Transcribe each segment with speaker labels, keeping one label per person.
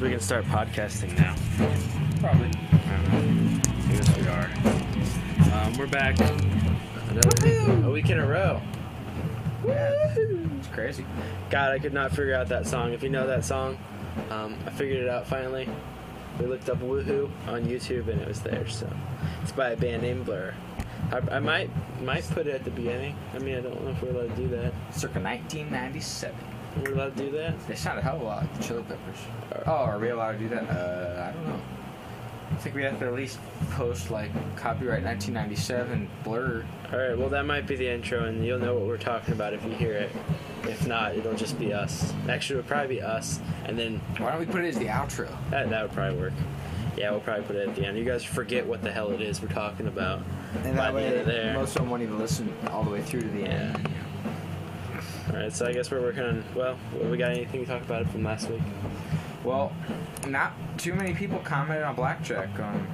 Speaker 1: we can start podcasting now.
Speaker 2: Probably.
Speaker 1: I don't know. I guess we are. Um, we're back. Another, a week in a row. It's crazy. God, I could not figure out that song. If you know that song, um, I figured it out finally. We looked up Woohoo on YouTube and it was there. So it's by a band named Blur. I, I might might put it at the beginning. I mean, I don't know if we're allowed to do that.
Speaker 2: Circa 1997.
Speaker 1: We're allowed to do that.
Speaker 2: They sound a hell of a lot like the Chili Peppers. Oh, are we allowed to do that? Uh, I don't know. I think we have to at least post like copyright 1997 blur.
Speaker 1: All right. Well, that might be the intro, and you'll know what we're talking about if you hear it. If not, it'll just be us. Actually, it'll probably be us, and then
Speaker 2: Why don't we put it as the outro?
Speaker 1: that that would probably work. Yeah, we'll probably put it at the end. You guys forget what the hell it is we're talking about.
Speaker 2: And
Speaker 1: by
Speaker 2: that
Speaker 1: the end
Speaker 2: way,
Speaker 1: of there.
Speaker 2: most of them won't even listen all the way through to the
Speaker 1: Yeah.
Speaker 2: end.
Speaker 1: All right. So I guess we're working on. Well, we got anything to talk about from last week?
Speaker 2: Well, not too many people commented on blackjack. Um,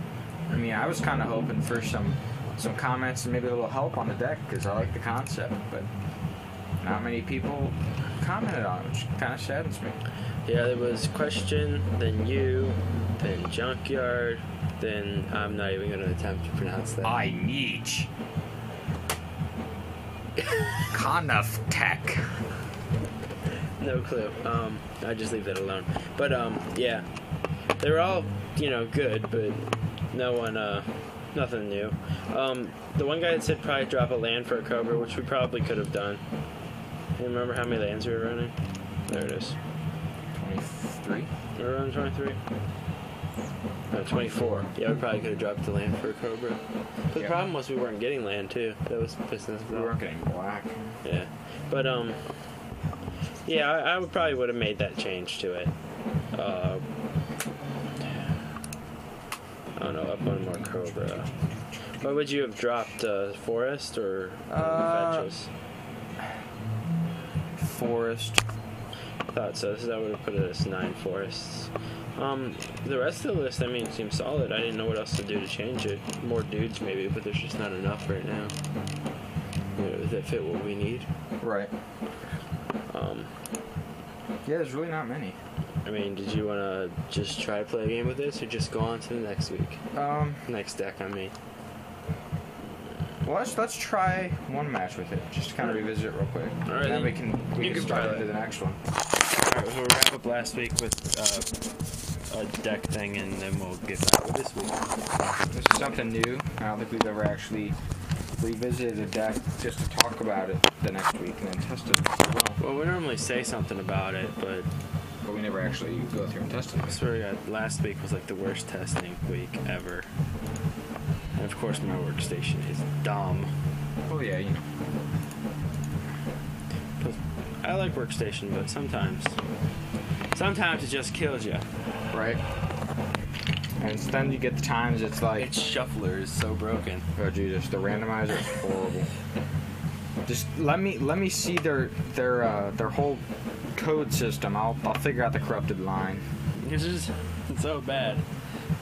Speaker 2: I mean, I was kind of hoping for some some comments and maybe a little help on the deck because I like the concept, but not many people commented on it, which kind of saddens me.
Speaker 1: Yeah, there was question, then you, then junkyard, then I'm not even going to attempt to pronounce that.
Speaker 2: I need Conniff Tech.
Speaker 1: No clue. Um, I just leave that alone. But um, yeah, they were all you know good, but no one, uh, nothing new. Um, the one guy that said probably drop a land for a cobra, which we probably could have done. You remember how many lands we were running? There it is.
Speaker 2: 23?
Speaker 1: We were running 23. No, 24. Yeah, we probably could have dropped the land for a cobra. But the
Speaker 2: Yeah.
Speaker 1: problem was we weren't getting land too. That was pissing us off.
Speaker 2: We weren't getting black.
Speaker 1: Yeah, but um, yeah, I, I would probably would have made that change to it. Uh, I don't know, up one more cobra. What would you have dropped, uh, forest or or
Speaker 2: Uh,
Speaker 1: fetches?
Speaker 2: Forest.
Speaker 1: Thought so. So that would have put it as nine forests. Um, the rest of the list, I mean, seems solid. I didn't know what else to do to change it. More dudes, maybe, but there's just not enough right now. You know, that fit what we need.
Speaker 2: Right.
Speaker 1: Um,
Speaker 2: Yeah, there's really not many.
Speaker 1: I mean, did you want to just try to play a game with this, or just go on to the next week,
Speaker 2: Um,
Speaker 1: next deck? I mean,
Speaker 2: well, let's, let's try one match with it, just to kind of revisit it real quick.
Speaker 1: All right,
Speaker 2: and
Speaker 1: then
Speaker 2: then we can, we
Speaker 1: you
Speaker 2: can
Speaker 1: can
Speaker 2: start
Speaker 1: try
Speaker 2: into
Speaker 1: it.
Speaker 2: the next one.
Speaker 1: all right, we'll wrap up last week with uh, a deck thing, and then we'll get back with this week.
Speaker 2: This is something new. I don't think we've ever actually revisited a deck just to talk about it the next week and then test it as well.
Speaker 1: Well, we normally say something about it, but
Speaker 2: But we never actually go through and test it.
Speaker 1: I swear to God, last week was like the worst testing week ever. And of course, my workstation is dumb.
Speaker 2: Well, Oh, yeah, you know.
Speaker 1: I like workstation, but sometimes, sometimes it just kills you.
Speaker 2: Right. And it's then you get the times it's like,
Speaker 1: Its shuffler is so broken.
Speaker 2: oh Jesus, the randomizer is horrible. Just let me let me see their their uh, their whole code system. I'll I'll figure out the corrupted line.
Speaker 1: It's just it's so bad.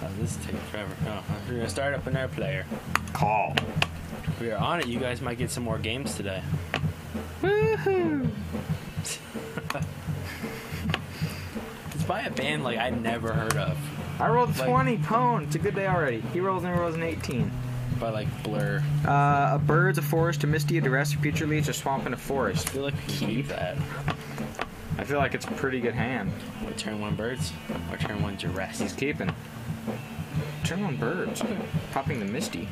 Speaker 1: Oh, this is taking forever. Oh, we're gonna start up another player.
Speaker 2: Call.
Speaker 1: If we are on it, you guys might get some more games today.
Speaker 2: Woohoo!
Speaker 1: It's by a band like I never heard of,
Speaker 2: I rolled
Speaker 1: Like-
Speaker 2: 20 pone. It's a good day already. He rolls and he rolls an 18.
Speaker 1: by like Blur.
Speaker 2: Uh, a bird's a forest, a misty, a duress, a future leech, a swamp, and a forest.
Speaker 1: I feel like we keep that.
Speaker 2: I feel like it's a pretty good hand.
Speaker 1: We turn one birds, or turn one
Speaker 2: He's
Speaker 1: duress.
Speaker 2: keeping. Turn on birds. Popping the misty.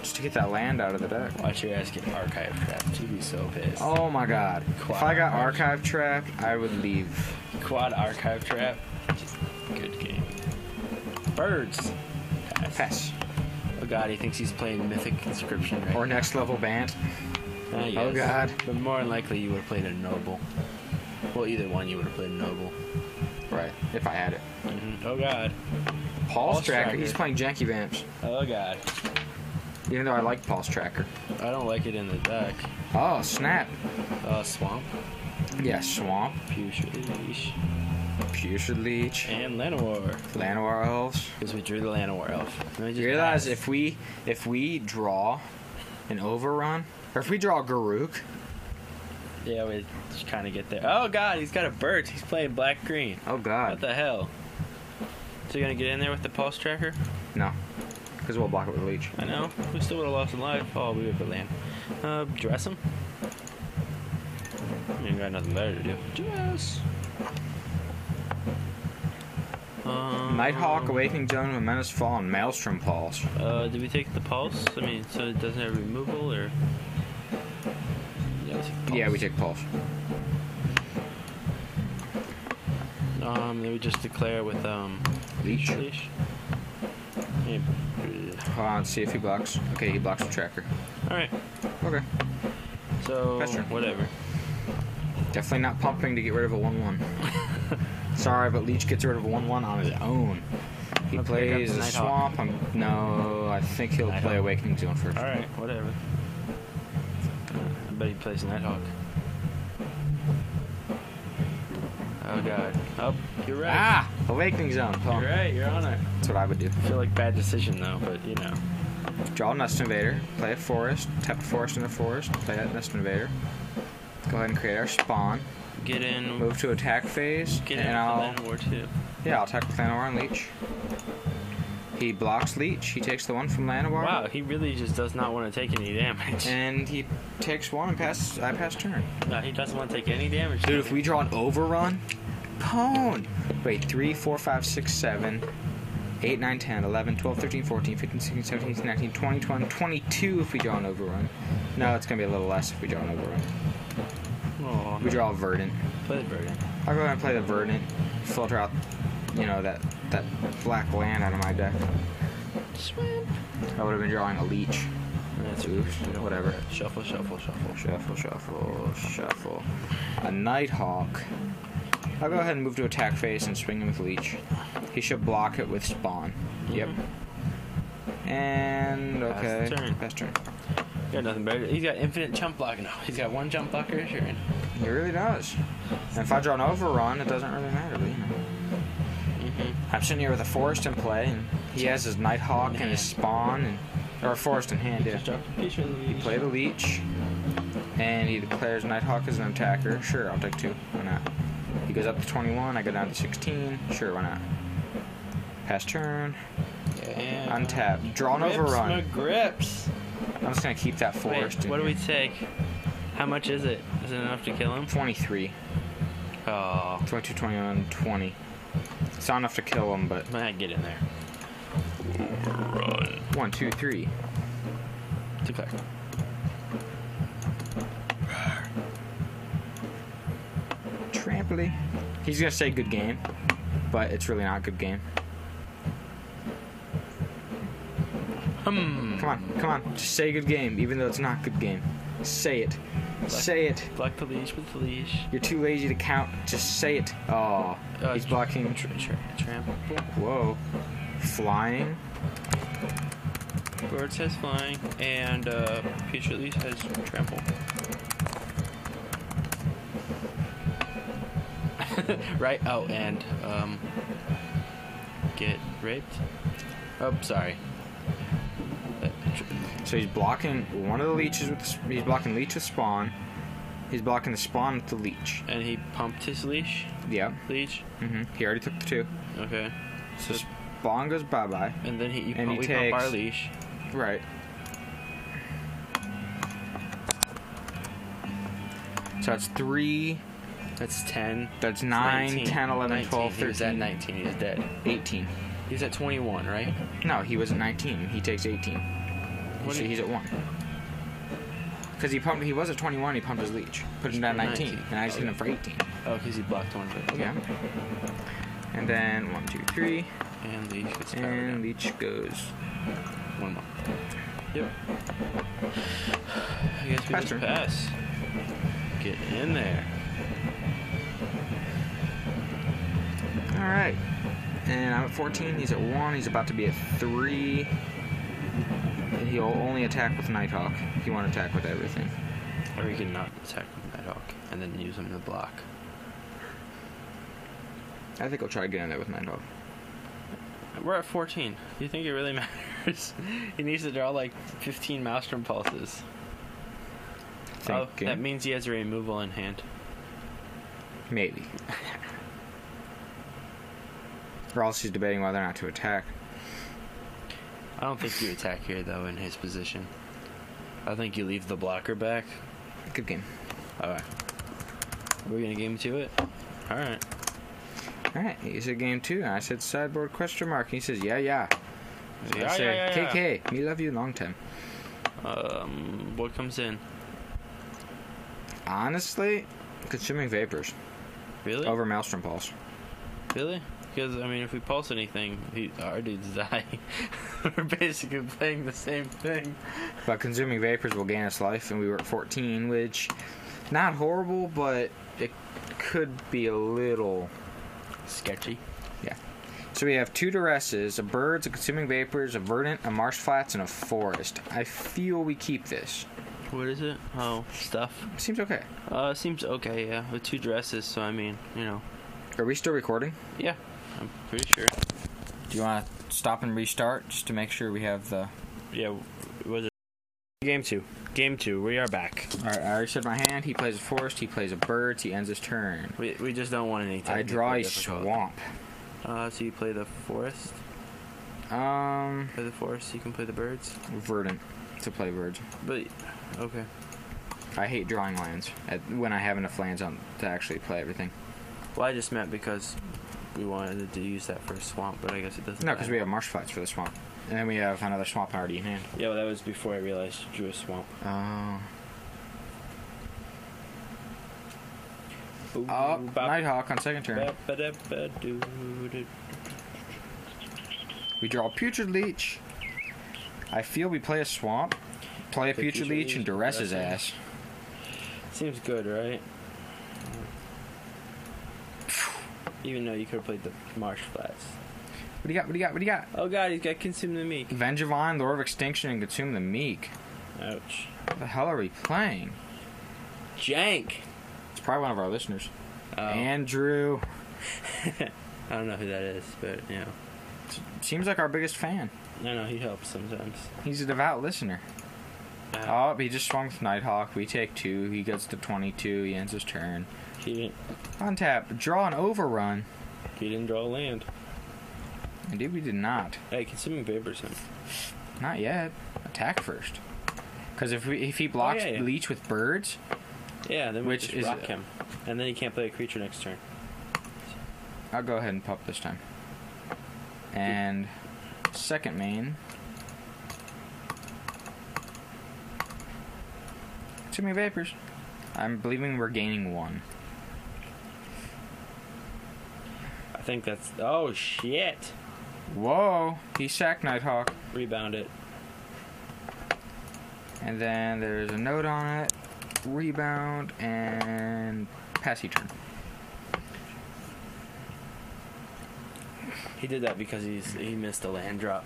Speaker 2: Just to get that land out of the deck.
Speaker 1: Watch your ass get archive trapped. You'd be so pissed.
Speaker 2: Oh my god. If I got
Speaker 1: Quad.
Speaker 2: archive track, I would leave.
Speaker 1: Quad archive trap. Just good game. Birds. Pass.
Speaker 2: Pass.
Speaker 1: Oh god, he thinks he's playing Mythic Conscription right
Speaker 2: Or
Speaker 1: now.
Speaker 2: next level band.
Speaker 1: Ah, yes.
Speaker 2: Oh, God.
Speaker 1: But more than likely, you would have played a noble. Well, either one, you would have played a noble.
Speaker 2: Right. If I had it.
Speaker 1: Oh God.
Speaker 2: Paul's,
Speaker 1: Paul's
Speaker 2: tracker.
Speaker 1: Tracker.
Speaker 2: He's playing janky vamps.
Speaker 1: Oh God.
Speaker 2: Even though I like Paul's tracker.
Speaker 1: I don't like it in the deck.
Speaker 2: Oh snap.
Speaker 1: Uh, swamp,
Speaker 2: Yeah. Swamp.
Speaker 1: putrid leash,
Speaker 2: Putrid leech.
Speaker 1: and Llanowar.
Speaker 2: Llanowar elves.
Speaker 1: Because we drew the Llanowar elf. Let me
Speaker 2: You realize if we if we draw an overrun, or if we draw Garuk,
Speaker 1: Yeah, we kind of get there. Oh God, he's got a bird. He's playing black green.
Speaker 2: oh god.
Speaker 1: What the hell? So you're gonna get in there with the pulse tracker?
Speaker 2: No. Because we'll block it with leech.
Speaker 1: I know. We still would have lost in life. Oh, we would have land. Uh, dress him. You ain't got nothing better to do. Dress. Um,
Speaker 2: Nighthawk, Awakening Zone, Momentous Fall, and Maelstrom Pulse.
Speaker 1: Uh, did we take the pulse? I mean, so it doesn't have removal or? Yeah, we took
Speaker 2: Yeah, we
Speaker 1: pulse.
Speaker 2: take Pulse.
Speaker 1: Um, then we just declare with um.
Speaker 2: Leech.
Speaker 1: Leash. Yeah.
Speaker 2: Hold on, see if he blocks. Okay, he blocks the tracker.
Speaker 1: All right.
Speaker 2: Okay.
Speaker 1: So
Speaker 2: That's true.
Speaker 1: whatever.
Speaker 2: Definitely not pumping to get rid of a 1 1. Sorry, but Leech gets rid of a 1 1 on his own.
Speaker 1: Let's
Speaker 2: He
Speaker 1: pick up
Speaker 2: plays
Speaker 1: the
Speaker 2: a
Speaker 1: Nighthawk.
Speaker 2: swamp. I'm, no, I think he'll
Speaker 1: Nighthawk.
Speaker 2: play Awakening Zone first.
Speaker 1: All right. Whatever. I bet he plays Nighthawk. Oh God. Oh, you're right.
Speaker 2: Ah! Awakening Zone. Pump.
Speaker 1: You're right. You're on it.
Speaker 2: That's what I would do.
Speaker 1: I feel like bad decision though, but you know.
Speaker 2: Draw a Nest Invader, play a Forest, tap a Forest in the Forest, play that Nest Invader. Go ahead and create our spawn.
Speaker 1: Get in.
Speaker 2: Move to attack phase,
Speaker 1: Mm. Get in.
Speaker 2: and I'll
Speaker 1: Land War Two.
Speaker 2: yeah I'll attack Llanowar and Leech. He blocks Leech. He takes the one from Llanowar,
Speaker 1: Wow. He really just does not want to take any damage.
Speaker 2: and he takes one and passes. I pass turn.
Speaker 1: no, he doesn't want to take any damage.
Speaker 2: Dude, if we draw an overrun, pwn. Wait, 3, 4, 5, 6, 7, 8, 9, 10, 11, 12, 13, 14, 15, 16, 17, 18, 19, 20, 21, 22 if we draw an overrun. No, it's going to be a little less if we draw an overrun.
Speaker 1: Aw,
Speaker 2: We draw a Verdant.
Speaker 1: play the bird.
Speaker 2: I'll go ahead and play the Verdant, filter out, you know, that, that black land out of my deck.
Speaker 1: Swim.
Speaker 2: I would have been drawing a Leech.
Speaker 1: That's
Speaker 2: Oops, whatever.
Speaker 1: Shuffle, shuffle, shuffle.
Speaker 2: Shuffle, shuffle, shuffle. A Nighthawk. I'll go ahead and move to attack phase and swing him with Leech. He should block it with Spawn. Yep. And
Speaker 1: Pass the
Speaker 2: okay.
Speaker 1: turn.
Speaker 2: Pass turn.
Speaker 1: Got nothing better. He's got infinite jump block. No, he's got one jump blocker. Sure. Mm-hmm.
Speaker 2: He really does. And if I draw an overrun, it doesn't really matter, but you know.
Speaker 1: Mm-hmm.
Speaker 2: I'm sitting here with a forest in play and he has his Nighthawk and his spawn and or a forest in hand, yeah. Play the leech. And he declares Nighthawk as an attacker. Sure, I'll take two. Why not? He goes up to 21. I go down to 16. Sure, why not? Pass turn.
Speaker 1: And
Speaker 2: Untap. Draw an
Speaker 1: grips, My
Speaker 2: overrun.
Speaker 1: grips.
Speaker 2: I'm just going to keep that forest.
Speaker 1: Wait,
Speaker 2: in
Speaker 1: what do we
Speaker 2: here.
Speaker 1: take? How much is it? Is it enough to kill him?
Speaker 2: 23.
Speaker 1: Oh,
Speaker 2: 22, 21, 20. It's not enough to kill him, but
Speaker 1: man, get in there.
Speaker 2: one, two, three.
Speaker 1: Declare.
Speaker 2: Trampoline. He's going to say good game, but it's really not good game.
Speaker 1: Hmm.
Speaker 2: Come on, come on. Just say good game, even though it's not good game. Say it. Say it.
Speaker 1: Block the leash with the leash.
Speaker 2: You're too lazy to count. Just say it. Oh,
Speaker 1: Uh,
Speaker 2: he's
Speaker 1: tr-
Speaker 2: blocking.
Speaker 1: Tra- tra- trample.
Speaker 2: Whoa, flying.
Speaker 1: Bird says flying, and uh, Peach at least has trample. right. Oh, and um, get raped. Oh, sorry. Uh, tr-
Speaker 2: So he's blocking one of the leeches with. The, sp- he's blocking leech with spawn. He's blocking the spawn with the leech.
Speaker 1: And he pumped his leash.
Speaker 2: Yep.
Speaker 1: Leash.
Speaker 2: hmm He already took the two.
Speaker 1: Okay.
Speaker 2: So spawn goes bye bye.
Speaker 1: And then he, you
Speaker 2: And
Speaker 1: pump,
Speaker 2: he
Speaker 1: we pump our
Speaker 2: takes-
Speaker 1: leash.
Speaker 2: Right. So that's three.
Speaker 1: That's ten.
Speaker 2: That's nine,
Speaker 1: 19,
Speaker 2: 10, 11,
Speaker 1: 19.
Speaker 2: 12,
Speaker 1: He was at
Speaker 2: 13.
Speaker 1: nineteen. He was dead.
Speaker 2: 18.
Speaker 1: He was at twenty-one, right?
Speaker 2: No, he was at 19. He takes 18.
Speaker 1: What
Speaker 2: so
Speaker 1: did-
Speaker 2: he's at one. Because he pumped. He was at 21. He pumped his leech, put him down 19,
Speaker 1: 19.
Speaker 2: and I just hit him for 18.
Speaker 1: Oh, because he blocked one. Okay.
Speaker 2: Yeah. And then one, two, three,
Speaker 1: And leash gets powered down.
Speaker 2: and leech goes.
Speaker 1: One more. Yep. I guess we
Speaker 2: Pass
Speaker 1: just
Speaker 2: turn.
Speaker 1: pass. Get in there.
Speaker 2: All right. And I'm at 14. He's at one. He's about to be at three. And he'll only attack with Nighthawk. He won't attack with everything.
Speaker 1: Or you can not attack with Nighthawk and then use him to block.
Speaker 2: I think he'll try to get in there with Nighthawk.
Speaker 1: We're at 14. Do you think it really matters? he needs to draw like 15 Maelstrom pulses. Oh,
Speaker 2: Thinking.
Speaker 1: that means he has a removal in hand.
Speaker 2: Maybe. Or else he's debating whether or not to attack.
Speaker 1: I don't think you attack here though in his position. I think you leave the blocker back.
Speaker 2: Good game.
Speaker 1: Alright. We're gonna game to it? Alright.
Speaker 2: All right, he said game two. And I said sideboard question mark. He says yeah, yeah. So I
Speaker 1: Yeah,
Speaker 2: said
Speaker 1: yeah, yeah, yeah.
Speaker 2: KK, me love you long time.
Speaker 1: Um what comes in?
Speaker 2: Honestly, consuming vapors
Speaker 1: Really?
Speaker 2: over maelstrom pulse.
Speaker 1: Really? Because I mean, if we pulse anything, he, our dudes die. We're basically playing the same thing.
Speaker 2: But consuming vapors will gain us life, and we were at 14, which not horrible, but it could be a little.
Speaker 1: Sketchy.
Speaker 2: So we have two duresses, a birds, a consuming vapors, a verdant, a marsh flats, and a forest. I feel we keep this.
Speaker 1: What is it? Oh, stuff.
Speaker 2: Seems okay.
Speaker 1: Uh, seems okay. Yeah, with two dresses. So I mean, you know.
Speaker 2: Are we still recording?
Speaker 1: Yeah, I'm pretty sure.
Speaker 2: Do you want to stop and restart just to make sure we have the.
Speaker 1: Yeah, was it? Game two. Game two. We are back.
Speaker 2: Alright, I already said my hand. He plays a forest, he plays a birds, he ends his turn.
Speaker 1: We, we just don't want any.
Speaker 2: I draw a
Speaker 1: technical
Speaker 2: swamp.
Speaker 1: difficult- Uh, so you play the forest.
Speaker 2: Um,
Speaker 1: Play the forest. You can play the birds.
Speaker 2: verdant to play birds.
Speaker 1: But okay.
Speaker 2: I hate drawing lands at, when I have enough lands on to actually play everything.
Speaker 1: Well, I just meant because we wanted to use that for a swamp, but I guess it doesn't.
Speaker 2: No, because
Speaker 1: matter.
Speaker 2: we have marsh flats for the swamp, and then we have another swamp already in hand.
Speaker 1: Yeah, well, that was before I realized you drew a swamp.
Speaker 2: Oh,
Speaker 1: Ooh,
Speaker 2: oh,
Speaker 1: bop,
Speaker 2: Nighthawk on second turn.
Speaker 1: bop, ba, da, ba, doo, doo.
Speaker 2: We draw putrid leech. I feel we play a swamp, play a
Speaker 1: Play
Speaker 2: putrid leech, and duress his ass.
Speaker 1: Seems good, right? Even though you could have played the marsh flats.
Speaker 2: What do you got? What do you got? What do you got?
Speaker 1: Oh god, he's got consumed the meat.
Speaker 2: Vengevine, Lord of Extinction, and Consume the Meek.
Speaker 1: Ouch.
Speaker 2: What the hell are we playing?
Speaker 1: Jank!
Speaker 2: It's probably one of our listeners.
Speaker 1: Oh,
Speaker 2: Andrew
Speaker 1: I don't know who that is, but you know.
Speaker 2: seems like our biggest fan.
Speaker 1: No, no, he helps sometimes.
Speaker 2: He's a devout listener.
Speaker 1: Uh,
Speaker 2: Oh, he just swung with Nighthawk. We take two. He gets to 22. He ends his turn.
Speaker 1: he, didn't,
Speaker 2: Untap. Draw an overrun.
Speaker 1: he didn't draw land.
Speaker 2: Indeed, we did not.
Speaker 1: Hey, consuming vapors him.
Speaker 2: Not yet. Attack first. Because if we, if he blocks
Speaker 1: yeah, yeah.
Speaker 2: Leech with birds,
Speaker 1: Yeah, then we
Speaker 2: Which
Speaker 1: just
Speaker 2: is-
Speaker 1: rock him. And then he can't play a creature next turn.
Speaker 2: I'll go ahead and pop this time. And second main. Too many vapors. I'm believing we're gaining one.
Speaker 1: I think that's. Oh shit!
Speaker 2: Whoa! He sacked Nighthawk.
Speaker 1: Rebound it.
Speaker 2: And then there's a note on it, rebound, and passy turn.
Speaker 1: He did that because he's he missed a land drop.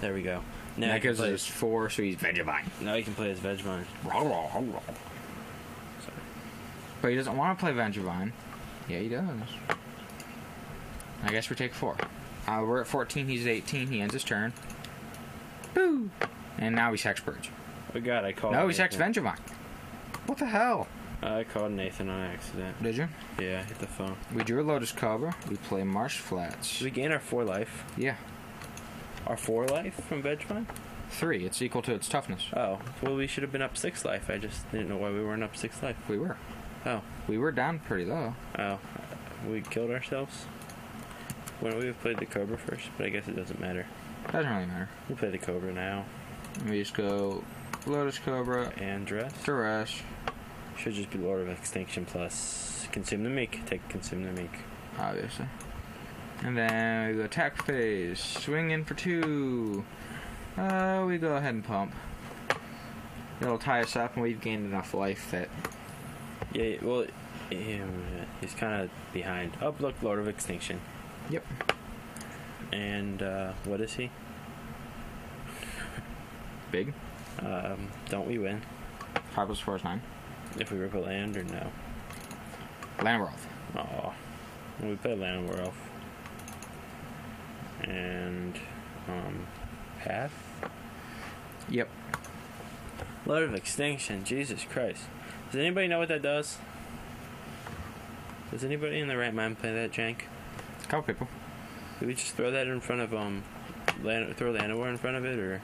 Speaker 1: There we go. Now
Speaker 2: that
Speaker 1: he can
Speaker 2: gives
Speaker 1: play,
Speaker 2: us four, so he's Vegavine.
Speaker 1: now he can play his Vegemon. Sorry.
Speaker 2: But he doesn't want to play Vengevine. Yeah, he does. I guess we take four. Uh, we're at 14, he's at 18, he ends his turn. Boo! And now he sacks Birds.
Speaker 1: Oh god, I called.
Speaker 2: no, he sacks
Speaker 1: Nathan.
Speaker 2: Vengevine. What the hell?
Speaker 1: I called Nathan on accident.
Speaker 2: Did you?
Speaker 1: Yeah, I hit the phone.
Speaker 2: We drew a Lotus Cobra, we play Marsh Flats.
Speaker 1: Did we gain our four life?
Speaker 2: Yeah,
Speaker 1: Our four life from Vegemon?
Speaker 2: three, it's equal to its toughness.
Speaker 1: Oh, well, we should have been up six life. I just didn't know why we weren't up six life.
Speaker 2: We were.
Speaker 1: Oh,
Speaker 2: We were down pretty low.
Speaker 1: oh, we killed ourselves. Wouldn't we have played the Cobra first? But I guess it doesn't matter.
Speaker 2: Doesn't really matter.
Speaker 1: We play the Cobra now
Speaker 2: We just go Lotus Cobra,
Speaker 1: and dress.
Speaker 2: Duress.
Speaker 1: Should just be Lord of Extinction plus consume the meek. Take consume the meek.
Speaker 2: obviously. And then we go attack phase, swing in for two. Uh, we go ahead and pump. It'll tie us up, and we've gained enough life that
Speaker 1: Yeah, well, um, he's kind of behind. Oh, look, Lord of Extinction.
Speaker 2: Yep.
Speaker 1: And uh, what is he?
Speaker 2: big.
Speaker 1: Um, don't we win
Speaker 2: Five plus four is nine.
Speaker 1: if we rip a land or no?
Speaker 2: Lanworth.
Speaker 1: Oh, we play land we're off. And um, path.
Speaker 2: Yep.
Speaker 1: Lord of Extinction. Jesus Christ. Does anybody know what that does? Does anybody in the right mind play that jank?
Speaker 2: A couple people.
Speaker 1: Could we just throw that in front of um, Lan- throw Llanowar in front of it, or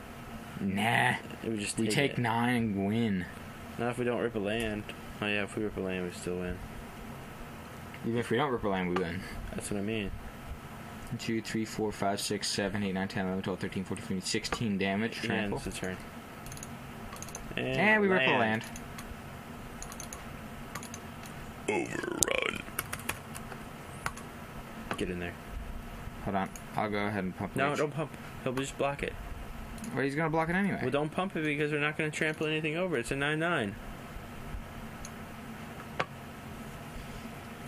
Speaker 2: Nah.
Speaker 1: we just
Speaker 2: We take
Speaker 1: it?
Speaker 2: nine and win.
Speaker 1: Not if we don't rip a land. Oh yeah, if we rip a land, we still win.
Speaker 2: Even if we don't rip a land, we win.
Speaker 1: That's what I mean.
Speaker 2: 2, 3, 4, 5, 6, 7, 8, 9, 10, 11, 12, 13, 14, 15, 16 damage.
Speaker 1: And
Speaker 2: Trample.
Speaker 1: it's a turn.
Speaker 2: And, we rip a land.
Speaker 1: Get in there.
Speaker 2: Hold on. I'll go ahead and pump.
Speaker 1: No,
Speaker 2: reach.
Speaker 1: don't pump. He'll just block it.
Speaker 2: Well, he's going to block it anyway.
Speaker 1: Well, don't pump it because we're not going to trample anything over. It's a 9 9.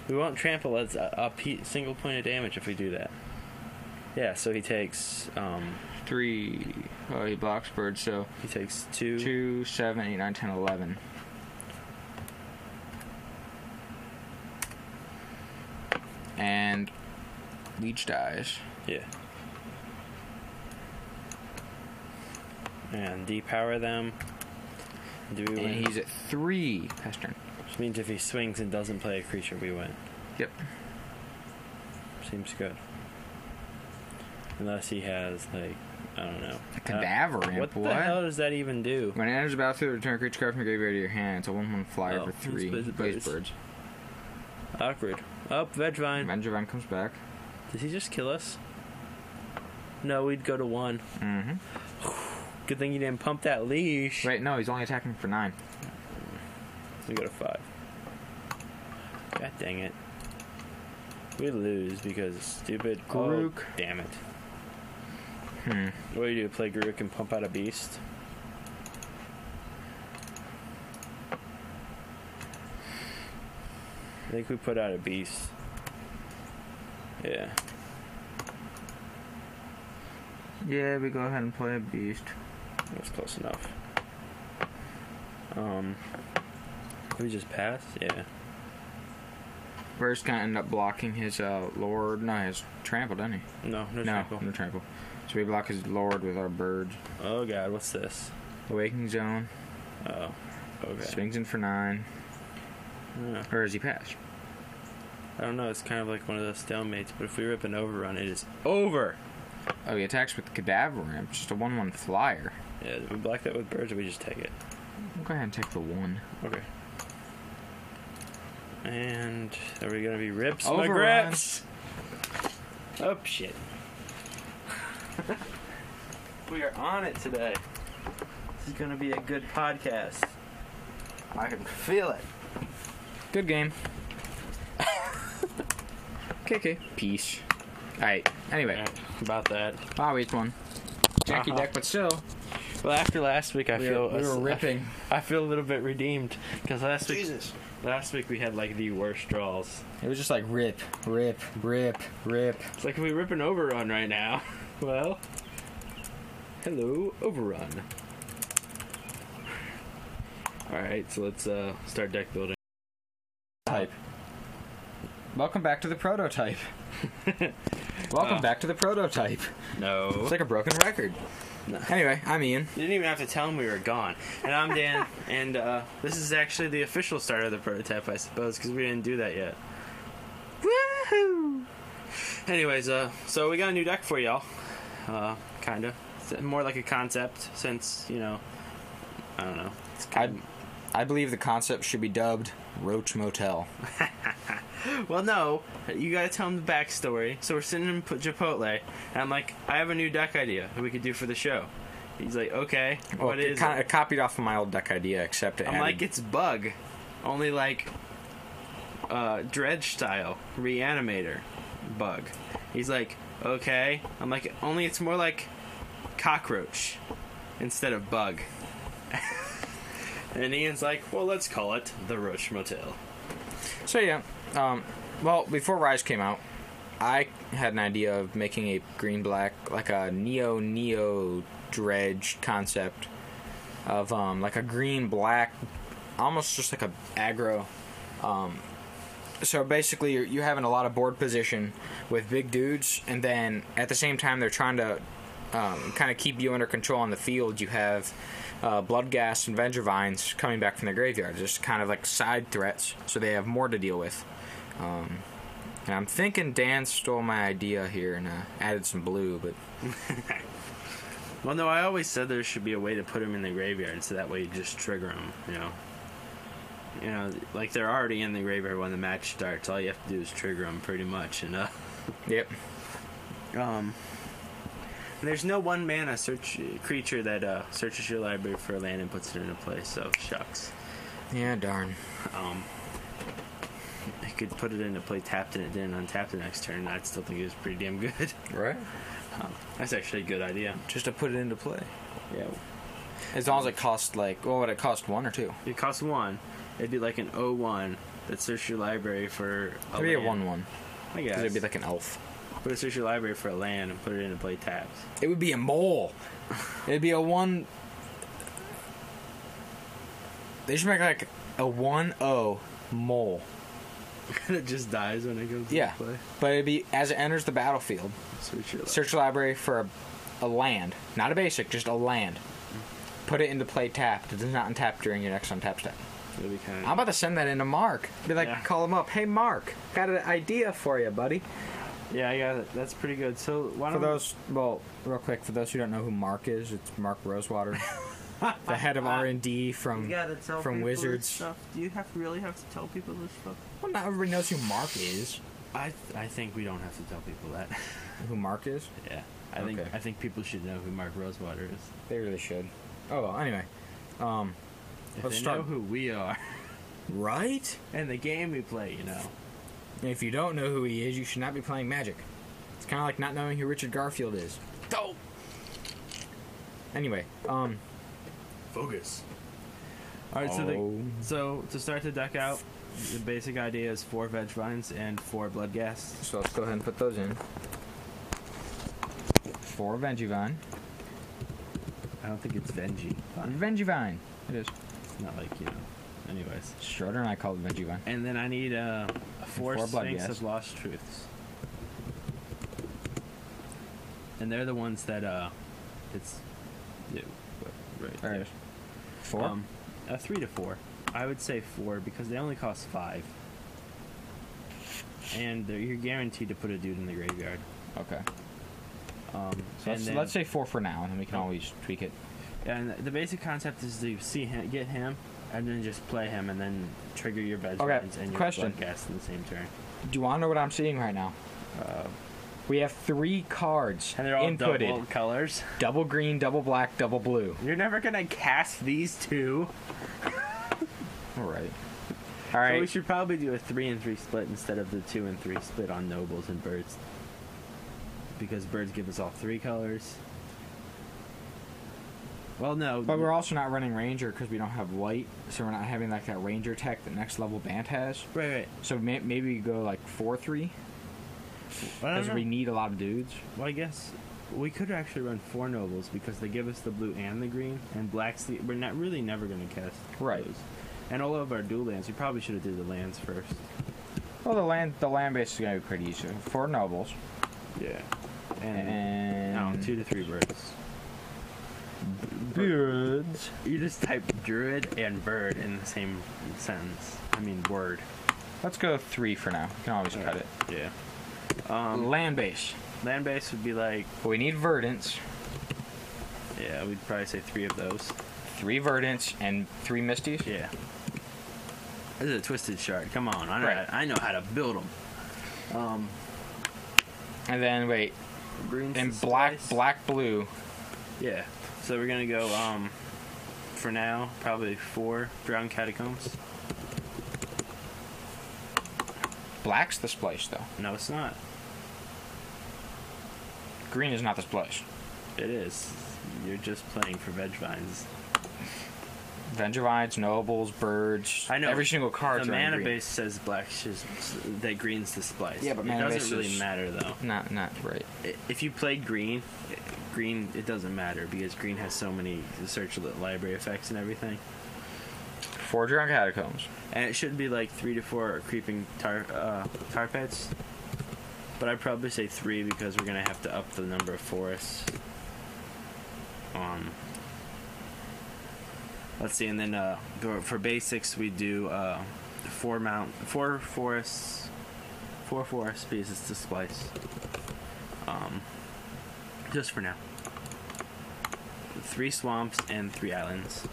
Speaker 1: We won't trample as a, a pe- single point of damage if we do that. Yeah, so he takes um,
Speaker 2: Three. Oh, he blocks bird, so
Speaker 1: he takes two.
Speaker 2: two, seven, eight, nine, ten, eleven. And Leech dies.
Speaker 1: Yeah. And depower them. Do we win?
Speaker 2: And he's at 3 past turn.
Speaker 1: Which means if he swings and doesn't play a creature, we win.
Speaker 2: Yep.
Speaker 1: Seems good. Unless he has like I don't know.
Speaker 2: Cadaver
Speaker 1: Uh,
Speaker 2: Imp,
Speaker 1: what
Speaker 2: what?
Speaker 1: the hell does that even do?
Speaker 2: When it enters the battlefield, return a creature card from your graveyard to your hand. It's a 1 1 flyer
Speaker 1: Oh,
Speaker 2: for
Speaker 1: he's
Speaker 2: 3.
Speaker 1: busy
Speaker 2: plays
Speaker 1: birds.
Speaker 2: birds.
Speaker 1: Awkward. Up, oh, Vegvine.
Speaker 2: Avenger Vine comes back.
Speaker 1: Does he just kill us? No, we'd go to one.
Speaker 2: Mm hmm.
Speaker 1: Good thing you didn't pump that leash.
Speaker 2: Wait, no, he's only attacking for 9.
Speaker 1: We go to five. God dang it. We lose because stupid
Speaker 2: Grook.
Speaker 1: Oh, damn it.
Speaker 2: Hmm.
Speaker 1: What do you do? Play Grook and pump out a beast? I think we put out a beast. Yeah.
Speaker 2: Yeah, we go ahead and play a beast.
Speaker 1: That's close enough. Um, did we just pass? Yeah.
Speaker 2: Bird's gonna end up blocking his uh, Lord. No, his trample, doesn't he?
Speaker 1: No, no,
Speaker 2: no,
Speaker 1: trample.
Speaker 2: no trample. So we block his Lord with our bird.
Speaker 1: Oh god, what's this?
Speaker 2: Awakening Zone.
Speaker 1: Oh, okay.
Speaker 2: Swings in for 9.
Speaker 1: Yeah.
Speaker 2: Or is he passed?
Speaker 1: I don't know. It's kind of like one of those stalemates. But if we rip an overrun, it is over.
Speaker 2: Oh, he attacks with Cadaver Ramp. Just a 1 1 flyer.
Speaker 1: Yeah. Did we block that with birds, or we just take it?
Speaker 2: We'll go ahead and take the 1.
Speaker 1: Okay. And are we gonna be rips? My
Speaker 2: Overrun.
Speaker 1: grips. Oh shit. we are on it today. This is gonna be a good podcast. I can feel it.
Speaker 2: Good game. KK. Peace. Alright, anyway.
Speaker 1: about that.
Speaker 2: Always one. Janky
Speaker 1: Uh-huh.
Speaker 2: deck, but still.
Speaker 1: Well, after last week, I
Speaker 2: We
Speaker 1: feel
Speaker 2: were, we were ripping.
Speaker 1: I feel a little bit redeemed because last week, last week we had like the worst draws.
Speaker 2: It was just like rip, rip, rip, rip.
Speaker 1: It's like if we rip an overrun right now. Well, hello, overrun. All right, so let's uh, start deck building.
Speaker 2: Type. Welcome back to the prototype. Welcome
Speaker 1: Ah.
Speaker 2: back to the prototype.
Speaker 1: No,
Speaker 2: It's like a broken record.
Speaker 1: No.
Speaker 2: Anyway, I'm Ian.
Speaker 1: you didn't even have to tell him we were gone. And I'm Dan, and uh, this is actually the official start of the prototype, I suppose, because we didn't do that yet. Woohoo! Anyways, uh, so we got a new deck for y'all. Uh, kinda. It's more like a concept, since you know, I don't know. It's
Speaker 2: I
Speaker 1: kind
Speaker 2: I believe the concept should be dubbed Roach Motel.
Speaker 1: Well, no, you gotta tell him the backstory. So we're sitting in P- Chipotle, and I'm like, I have a new deck idea that we could do for the show. He's like, okay,
Speaker 2: Well,
Speaker 1: what is
Speaker 2: kind
Speaker 1: it?
Speaker 2: of copied off of my old deck idea, except it
Speaker 1: I'm
Speaker 2: added-
Speaker 1: like, it's bug, only like uh, dredge style reanimator bug. He's like, okay. I'm like, only it's more like cockroach instead of bug. and Ian's like, well, let's call it the Roach Motel.
Speaker 2: So yeah, um, well, before Rise came out, I had an idea of making a green black like a neo neo dredge concept of um, like a green black, almost just like a aggro. Um, so basically, you're, you're having a lot of board position with big dudes, and then at the same time, they're trying to um, kind of keep you under control on the field. You have uh, blood gas and Venger vines coming back from the graveyard, just kind of like side threats, so they have more to deal with. Um, And I'm thinking Dan stole my idea here and uh, added some blue, but
Speaker 3: Well, no, I always said there should be a way to put them in the graveyard, so that way you just trigger them. You know, you know, like they're already in the graveyard when the match starts. All you have to do is trigger them, pretty much. And uh,
Speaker 2: yep.
Speaker 3: um, there's no one mana search creature that uh, searches your library for a land and puts it into play. So shucks.
Speaker 2: Yeah, darn.
Speaker 3: Um, I could put it into play tapped and it didn't untap the next turn. and I'd still think it was pretty damn good.
Speaker 2: Right?
Speaker 3: Um, that's actually a good idea.
Speaker 2: Just to put it into play.
Speaker 3: Yeah.
Speaker 2: As long as it costs like, what would it cost? One or two?
Speaker 3: It costs one. It'd be like an 01 that searches your library for a
Speaker 2: Maybe a
Speaker 3: land.
Speaker 2: one-one.
Speaker 3: I guess.
Speaker 2: 'cause it'd be like an elf.
Speaker 3: But it searches your library for a land and put it into play tapped.
Speaker 2: It would be a mole. It'd be a one. They should make like a one o mole.
Speaker 3: And it just dies when it goes
Speaker 2: Yeah,
Speaker 3: into play.
Speaker 2: but it'd be as it enters the battlefield.
Speaker 3: Search your
Speaker 2: Search the library for a, a land, not a basic, just a land. Put it into play tapped. It does not untap during your next untap step.
Speaker 3: It'd be kind
Speaker 2: I'm
Speaker 3: of.
Speaker 2: about to send that in to Mark. Be like,
Speaker 3: Yeah.
Speaker 2: call him up. Hey, Mark, got an idea for you, buddy.
Speaker 3: Yeah, I got it. That's pretty good. So why
Speaker 2: For
Speaker 4: Um,
Speaker 3: don't
Speaker 2: those, well, real quick, for those who don't know who Mark is, it's Mark Rosewater, the head of R and D
Speaker 4: You
Speaker 2: from.
Speaker 4: gotta tell
Speaker 2: from
Speaker 4: people
Speaker 2: Wizards.
Speaker 4: This stuff. Do you have really have to tell people this stuff?
Speaker 2: Well, not everybody knows who Mark is.
Speaker 3: I I think we don't have to tell people that.
Speaker 2: Who Mark is?
Speaker 3: yeah. I
Speaker 2: Okay.
Speaker 3: think I think people should know who Mark Rosewater is.
Speaker 2: They really should. Oh well. Anyway, um,
Speaker 3: If
Speaker 2: Let's
Speaker 3: they
Speaker 2: start-
Speaker 3: know who we are
Speaker 2: right?
Speaker 3: and the game we play, you know.
Speaker 2: And if you don't know who he is, you should not be playing Magic. It's kind of like not knowing who Richard Garfield is.
Speaker 3: Dope.
Speaker 2: Anyway, um,
Speaker 3: Focus. All right, so
Speaker 2: Oh.
Speaker 3: the, so to start the deck out, the basic idea is four veg vines and four blood gas.
Speaker 2: so let's go ahead and put those in. For Vengevine.
Speaker 3: I don't think it's Venji.
Speaker 2: Vengevine. It is.
Speaker 3: Not like you know. Anyways.
Speaker 2: Schroeder and I call it Vengevine.
Speaker 3: And then I need uh, four,
Speaker 2: Four blood
Speaker 3: Sphinx
Speaker 2: gas.
Speaker 3: of Lost Truths. And they're the ones that, uh, it's, yeah, wh- right
Speaker 2: There it
Speaker 3: there.
Speaker 2: is. Four.
Speaker 3: Um, a three to four. I would say four because they only cost five. And they're, you're guaranteed to put a dude in the graveyard.
Speaker 2: okay.
Speaker 3: Um,
Speaker 2: So
Speaker 3: and
Speaker 2: let's,
Speaker 3: then-
Speaker 2: let's say four for now, and then we can
Speaker 3: Oh.
Speaker 2: always tweak it.
Speaker 3: and the basic concept is to see him, get him, and then just play him, and then trigger your veg
Speaker 2: Okay,
Speaker 3: lines and your
Speaker 2: question.
Speaker 3: blood gas in the same turn.
Speaker 2: Do you want to know what I'm seeing right now?
Speaker 3: Uh,
Speaker 2: We have three cards
Speaker 3: and they're all
Speaker 2: inputted.
Speaker 3: double colors.
Speaker 2: Double green, double black, double blue.
Speaker 3: You're never gonna cast these two.
Speaker 2: All right. All
Speaker 3: So we
Speaker 2: right.
Speaker 3: should probably do a three and three split instead of the two and three split on nobles and birds. Because birds give us all three colors. Well, no.
Speaker 2: But we're also not running ranger because we don't have white, so we're not having like that ranger tech that next level band has.
Speaker 3: right, right.
Speaker 2: So may- maybe we go like four three
Speaker 3: Well, I,
Speaker 2: because
Speaker 3: don't
Speaker 2: we
Speaker 3: know.
Speaker 2: need a lot of dudes.
Speaker 3: Well, I guess we could actually run four nobles because they give us the blue and the green and blacks. The, we're not really never gonna cast
Speaker 2: Right.
Speaker 3: those. And all of our dual lands, we probably should have did the lands first.
Speaker 2: Well, the land the land base is gonna be pretty easy. Four nobles
Speaker 3: Yeah.
Speaker 2: and,
Speaker 3: And, Mm-hmm. no, two to three birds.
Speaker 2: birds.
Speaker 3: You just type druid and bird in the same sentence. I mean word.
Speaker 2: Let's go three for now. We can always cut it.
Speaker 3: Yeah. Um,
Speaker 2: land base.
Speaker 3: Land base would be like
Speaker 2: But we need verdants,
Speaker 3: yeah, we'd probably say three of those.
Speaker 2: three verdants, and three misties.
Speaker 3: Yeah. This is a twisted shard. Come on, I know
Speaker 2: Right.
Speaker 3: I know how to build them. Um,
Speaker 2: And then wait,
Speaker 3: green
Speaker 2: and black, black, blue.
Speaker 3: Yeah. So we're gonna go um, for now probably four drowned catacombs.
Speaker 2: Black's this place though.
Speaker 3: No, it's not.
Speaker 2: Green is not this place.
Speaker 3: It is. You're just playing for veg vines.
Speaker 2: Vengervides, nobles, birds.
Speaker 3: I know.
Speaker 2: every single card.
Speaker 3: the mana base says black just that green's the splice.
Speaker 2: Yeah, but
Speaker 3: it
Speaker 2: mana
Speaker 3: doesn't
Speaker 2: base
Speaker 3: really
Speaker 2: is-
Speaker 3: matter though.
Speaker 2: Not not right.
Speaker 3: I- If you played green, i- green it doesn't matter because green has so many search li- library effects and everything.
Speaker 2: Four drunk catacombs.
Speaker 3: And it should be like three to four creeping tar uh, tar pits, but I'd probably say three because we're gonna have to up the number of forests. Um. Let's see, and then uh, go- for basics we do uh, four mount, four forests, four four SPs is to splice. Um, just for now. Three swamps and three islands.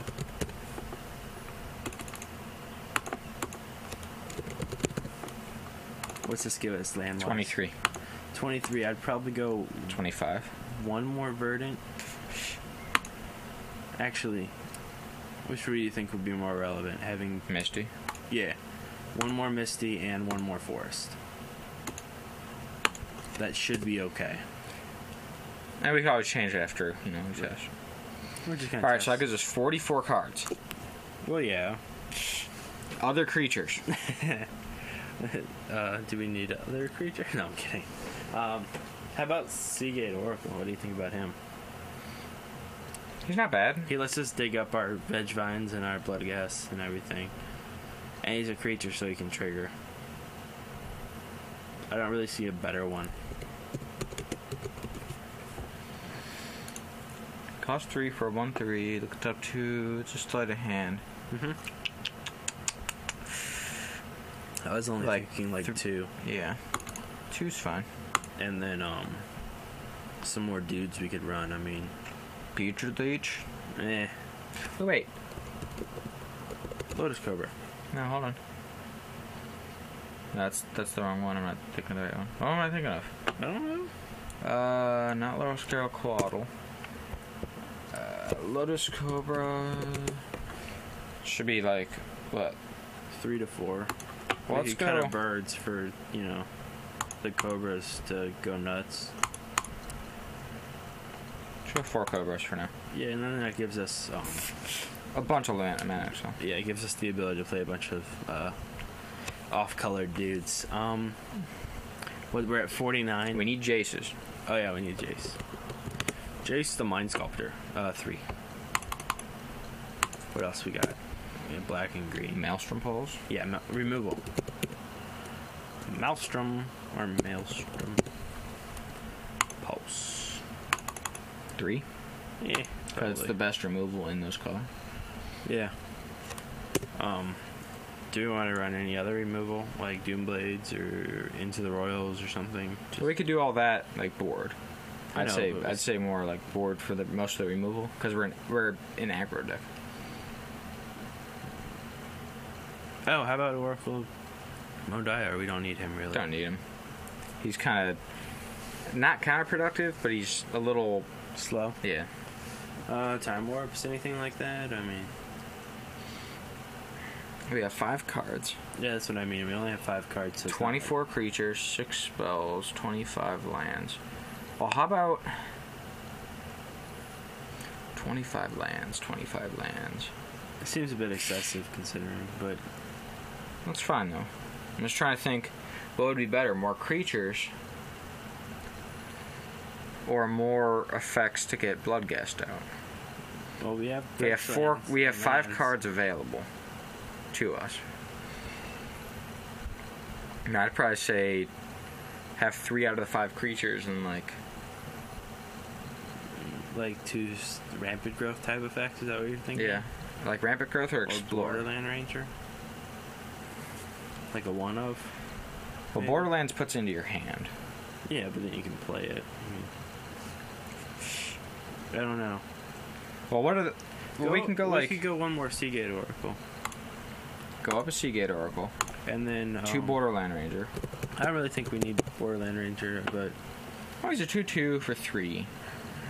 Speaker 3: What's this give us land?
Speaker 2: 23.
Speaker 3: 23. I'd probably go
Speaker 2: 25.
Speaker 3: one more verdant. Actually, which three do you think would be more relevant? Having
Speaker 2: Misty.
Speaker 3: yeah, one more misty and one more forest. That should be okay.
Speaker 2: And we can always change after, you know, exhaustion.
Speaker 3: We're just gonna.
Speaker 2: All right, so that
Speaker 3: test.
Speaker 2: gives us 44 cards.
Speaker 3: Well, yeah.
Speaker 2: Other creatures.
Speaker 3: Uh, do we need other creature? No, I'm kidding. Um, how about Seagate Oracle? What do you think about him?
Speaker 2: He's not bad.
Speaker 3: He lets us dig up our veg vines and our blood gas and everything. And he's a creature, so he can trigger. I don't really see a better one.
Speaker 2: Cost three for one three. Look it up two. It's a sleight of hand. Mm-hmm.
Speaker 3: I was only
Speaker 2: Like
Speaker 3: thinking like
Speaker 2: th-
Speaker 3: two,
Speaker 2: Yeah, two's fine.
Speaker 3: and then um, some more dudes we could run. I mean,
Speaker 2: Beecher leech.
Speaker 3: eh,
Speaker 2: Oh, wait,
Speaker 3: Lotus Cobra.
Speaker 2: no, hold on. That's that's the wrong one. I'm not thinking of the right one. What am I thinking of?
Speaker 3: I don't know.
Speaker 2: Uh, not Laurel Scale Quaddle. Uh, Lotus Cobra. Should be like what?
Speaker 3: Three to four.
Speaker 2: Well,
Speaker 3: we
Speaker 2: let's
Speaker 3: could cut
Speaker 2: go.
Speaker 3: our birds for you know, the cobras to go nuts.
Speaker 2: Should have four cobras for now.
Speaker 3: Yeah, and then that gives us um,
Speaker 2: A bunch of land mana, so.
Speaker 3: yeah, it gives us the ability to play a bunch of uh, off-colored dudes. Um, what we're at forty-nine.
Speaker 2: We need Jaces.
Speaker 3: oh yeah, we need Jace. Jace the Mind Sculptor, uh, three. What else we got? Yeah, black and green.
Speaker 2: Maelstrom poles.
Speaker 3: Yeah, ma- removal. Maelstrom or Maelstrom. Pulse.
Speaker 2: Three.
Speaker 3: Yeah,
Speaker 2: That's the best removal in this color.
Speaker 3: Yeah. Um, do we want to run any other removal, like Doom Blades or Into the Royals or something? Just-
Speaker 2: So we could do all that like board.
Speaker 3: I
Speaker 2: I'd
Speaker 3: know,
Speaker 2: say
Speaker 3: but-
Speaker 2: I'd say more like board for the most of the removal because we're in, we're in aggro deck.
Speaker 3: oh, how about Oracle Modiar? We don't need him really.
Speaker 2: Don't need him. He's kind of not counterproductive, but he's a little
Speaker 3: Slow.
Speaker 2: yeah.
Speaker 3: Uh, time warps, anything like that? I mean,
Speaker 2: We have five cards,
Speaker 3: yeah, that's what I mean. We only have five cards. So it's not like-
Speaker 2: twenty-four creatures, six spells, twenty-five lands. Well, how about twenty-five lands, twenty-five lands?
Speaker 3: it seems a bit excessive considering, but
Speaker 2: That's fine though. I'm just trying to think what would be better, more creatures or more effects to get blood gassed out.
Speaker 3: well, we have
Speaker 2: We have
Speaker 3: Fetch
Speaker 2: four
Speaker 3: Lands
Speaker 2: we have
Speaker 3: and
Speaker 2: five
Speaker 3: lands.
Speaker 2: cards available to us. And I'd probably say have three out of the five creatures and like
Speaker 3: like two s- rampant growth type effects. Is that what you're thinking?
Speaker 2: yeah. Like rampant growth or
Speaker 3: Or
Speaker 2: explore.
Speaker 3: Borderland Ranger. Like a one of.
Speaker 2: Well Borderlands puts into your hand.
Speaker 3: Yeah, but then you can play it. I, mean, I don't know.
Speaker 2: Well what are the well, we
Speaker 3: Go-
Speaker 2: can go like
Speaker 3: we could
Speaker 2: go,
Speaker 3: go one more Seagate Oracle,
Speaker 2: up a Seagate Oracle,
Speaker 3: and then um,
Speaker 2: two Borderland Ranger.
Speaker 3: I don't really think we need Borderland Ranger, but
Speaker 2: Oh, he's a 2 2 for 3.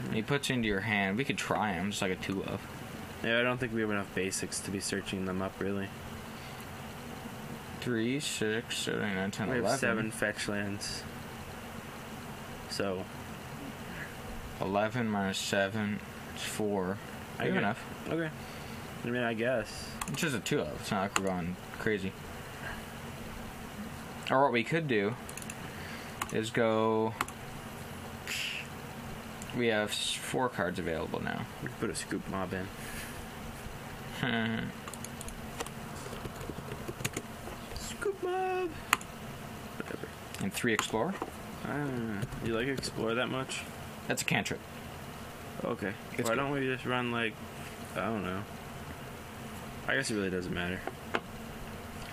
Speaker 2: And he puts into your hand. We could try him, just like a 2 of.
Speaker 3: yeah, I don't think we have enough basics to be searching them up really.
Speaker 2: 3, 6, 7, 9, 10,
Speaker 3: we have
Speaker 2: 11.
Speaker 3: seven fetch lands, so
Speaker 2: 11 minus 7 is 4.
Speaker 3: I
Speaker 2: We have
Speaker 3: get-
Speaker 2: enough.
Speaker 3: okay. I mean, I guess
Speaker 2: It's just a 2 of. It's not like we're going crazy. Or what we could do is go. We have s- four cards available now.
Speaker 3: we could put a scoop mob in. Scoop mob. Whatever.
Speaker 2: and three explore.
Speaker 3: I don't know. You like explore that much?
Speaker 2: That's a cantrip.
Speaker 3: Okay.
Speaker 2: It's
Speaker 3: Why
Speaker 2: good.
Speaker 3: don't we just run like I don't know. I guess it really doesn't matter.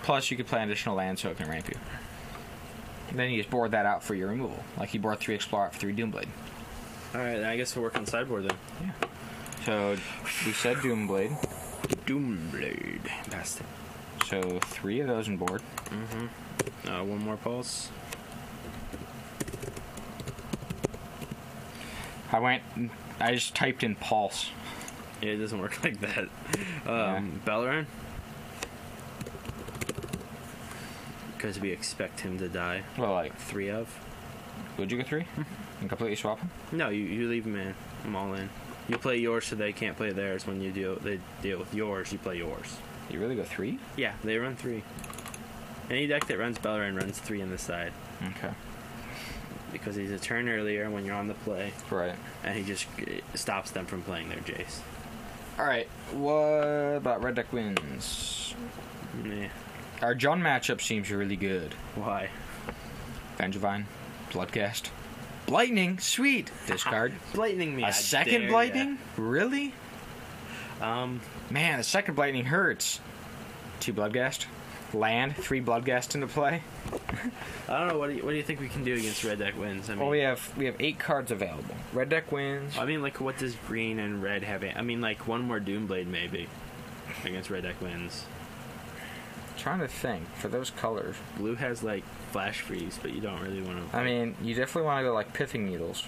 Speaker 2: Plus, you could play an additional land so it can ramp you. Then you just board that out for your removal. Like you board three Explorer out for three Doomblade.
Speaker 3: All right, I guess we'll work on sideboard then.
Speaker 2: So we said Doomblade.
Speaker 3: Doomblade. Bastard.
Speaker 2: So three of those in board.
Speaker 3: Uh, one more pulse.
Speaker 2: I went. I just typed in pulse.
Speaker 3: Yeah, it doesn't work like that.
Speaker 2: Yeah.
Speaker 3: Um, Balaran? Because we expect him to die.
Speaker 2: Well, like,
Speaker 3: Three of?
Speaker 2: would you go three and completely swap them?
Speaker 3: No, you, you leave him in. I'm all in. You play yours so they can't play theirs. When you deal they deal with yours, you play yours.
Speaker 2: You really go three?
Speaker 3: Yeah, they run three. Any deck that runs Bellerin runs three in the side
Speaker 2: Okay.
Speaker 3: because he's a turn earlier when you're on the play,
Speaker 2: Right.
Speaker 3: and he just eh, stops them from playing their Jace.
Speaker 2: All right. What about red deck wins?
Speaker 3: Meh.
Speaker 2: Our John matchup seems really good.
Speaker 3: Why?
Speaker 2: Vengevine, Bloodcast, Lightning, sweet. Discard.
Speaker 3: Blightning me.
Speaker 2: a
Speaker 3: I
Speaker 2: second
Speaker 3: dare ya.
Speaker 2: Blightning? Really?
Speaker 3: Um,
Speaker 2: Man, the second Blightning hurts. Two Bloodgast, land, three Bloodgast into play.
Speaker 3: I don't know. What do you, what do you think we can do against red deck wins? I mean,
Speaker 2: Well, we have we have eight cards available. Red deck wins.
Speaker 3: I mean, like, what does green and red have? in- I mean, like, one more Doomblade maybe against red deck wins.
Speaker 2: trying to think for those colors.
Speaker 3: Blue has like Flash Freeze, but you don't really want to.
Speaker 2: I mean, you definitely want to go like Pithing Needles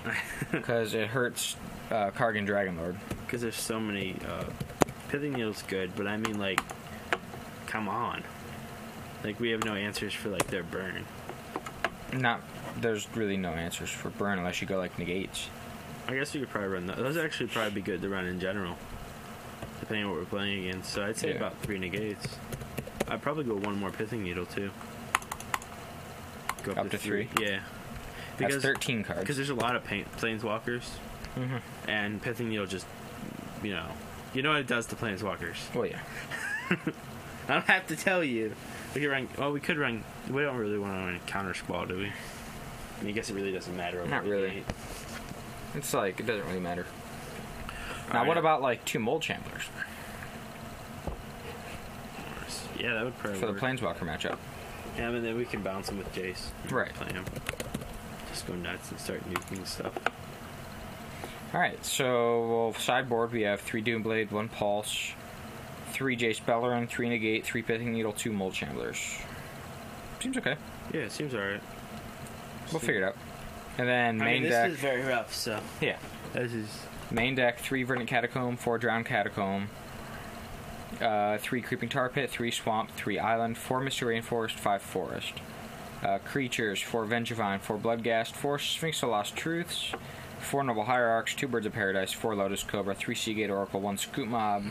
Speaker 2: because it hurts uh, Kargan Dragonlord.
Speaker 3: because there's so many. Uh, Pithing Needle's good, but I mean, like, come on. Like, we have no answers for like their burn.
Speaker 2: Not there's really no answers for burn unless you go like negates.
Speaker 3: I guess we could probably run those. Those actually probably be good to run in general, depending on what we're playing against. So I'd say
Speaker 2: Yeah.
Speaker 3: about three negates. I'd probably go one more pithing needle too. Go
Speaker 2: Up to three?
Speaker 3: Yeah,
Speaker 2: That's 13 cards.
Speaker 3: because there's a lot of pain, planeswalkers,
Speaker 2: Mhm.
Speaker 3: and pithing needle just, you know, you know what it does to planeswalkers.
Speaker 2: Well, yeah.
Speaker 3: I don't have to tell you. We could run. Well, we could run. We don't really want to run counter squall, do we? I mean, I guess it really doesn't matter. over
Speaker 2: Not
Speaker 3: the
Speaker 2: really.
Speaker 3: gate.
Speaker 2: It's like it doesn't really matter. Now,
Speaker 3: Alright.
Speaker 2: what about like two mold chamblers
Speaker 3: Yeah, that would probably
Speaker 2: for the
Speaker 3: work.
Speaker 2: planeswalker matchup?
Speaker 3: Yeah, and then we can bounce him with Jace.
Speaker 2: Right.
Speaker 3: Play him. Just go nuts and start nuking stuff.
Speaker 2: All right, so well, sideboard we have three Doomblade, one Pulse, three Jace Bellerin, three Negate, three Pithing Needle, two Mold Chamblers. Seems okay.
Speaker 3: Yeah, it seems alright.
Speaker 2: We'll figure it out. And then
Speaker 3: I
Speaker 2: main
Speaker 3: mean, this
Speaker 2: deck,
Speaker 3: is very rough, so.
Speaker 2: yeah,
Speaker 3: This is.
Speaker 2: main deck three Verdant Catacomb, four Drowned Catacomb, uh, three Creeping Tar Pit, three Swamp, three Island, four Mystery Rainforest, five Forest. Uh, creatures, four Vengevine, four Bloodgast, four Sphinx of Lost Truths, four Noble Hierarchs, two Birds of Paradise, four Lotus Cobra, three Seagate Oracle, one Scoop Mob,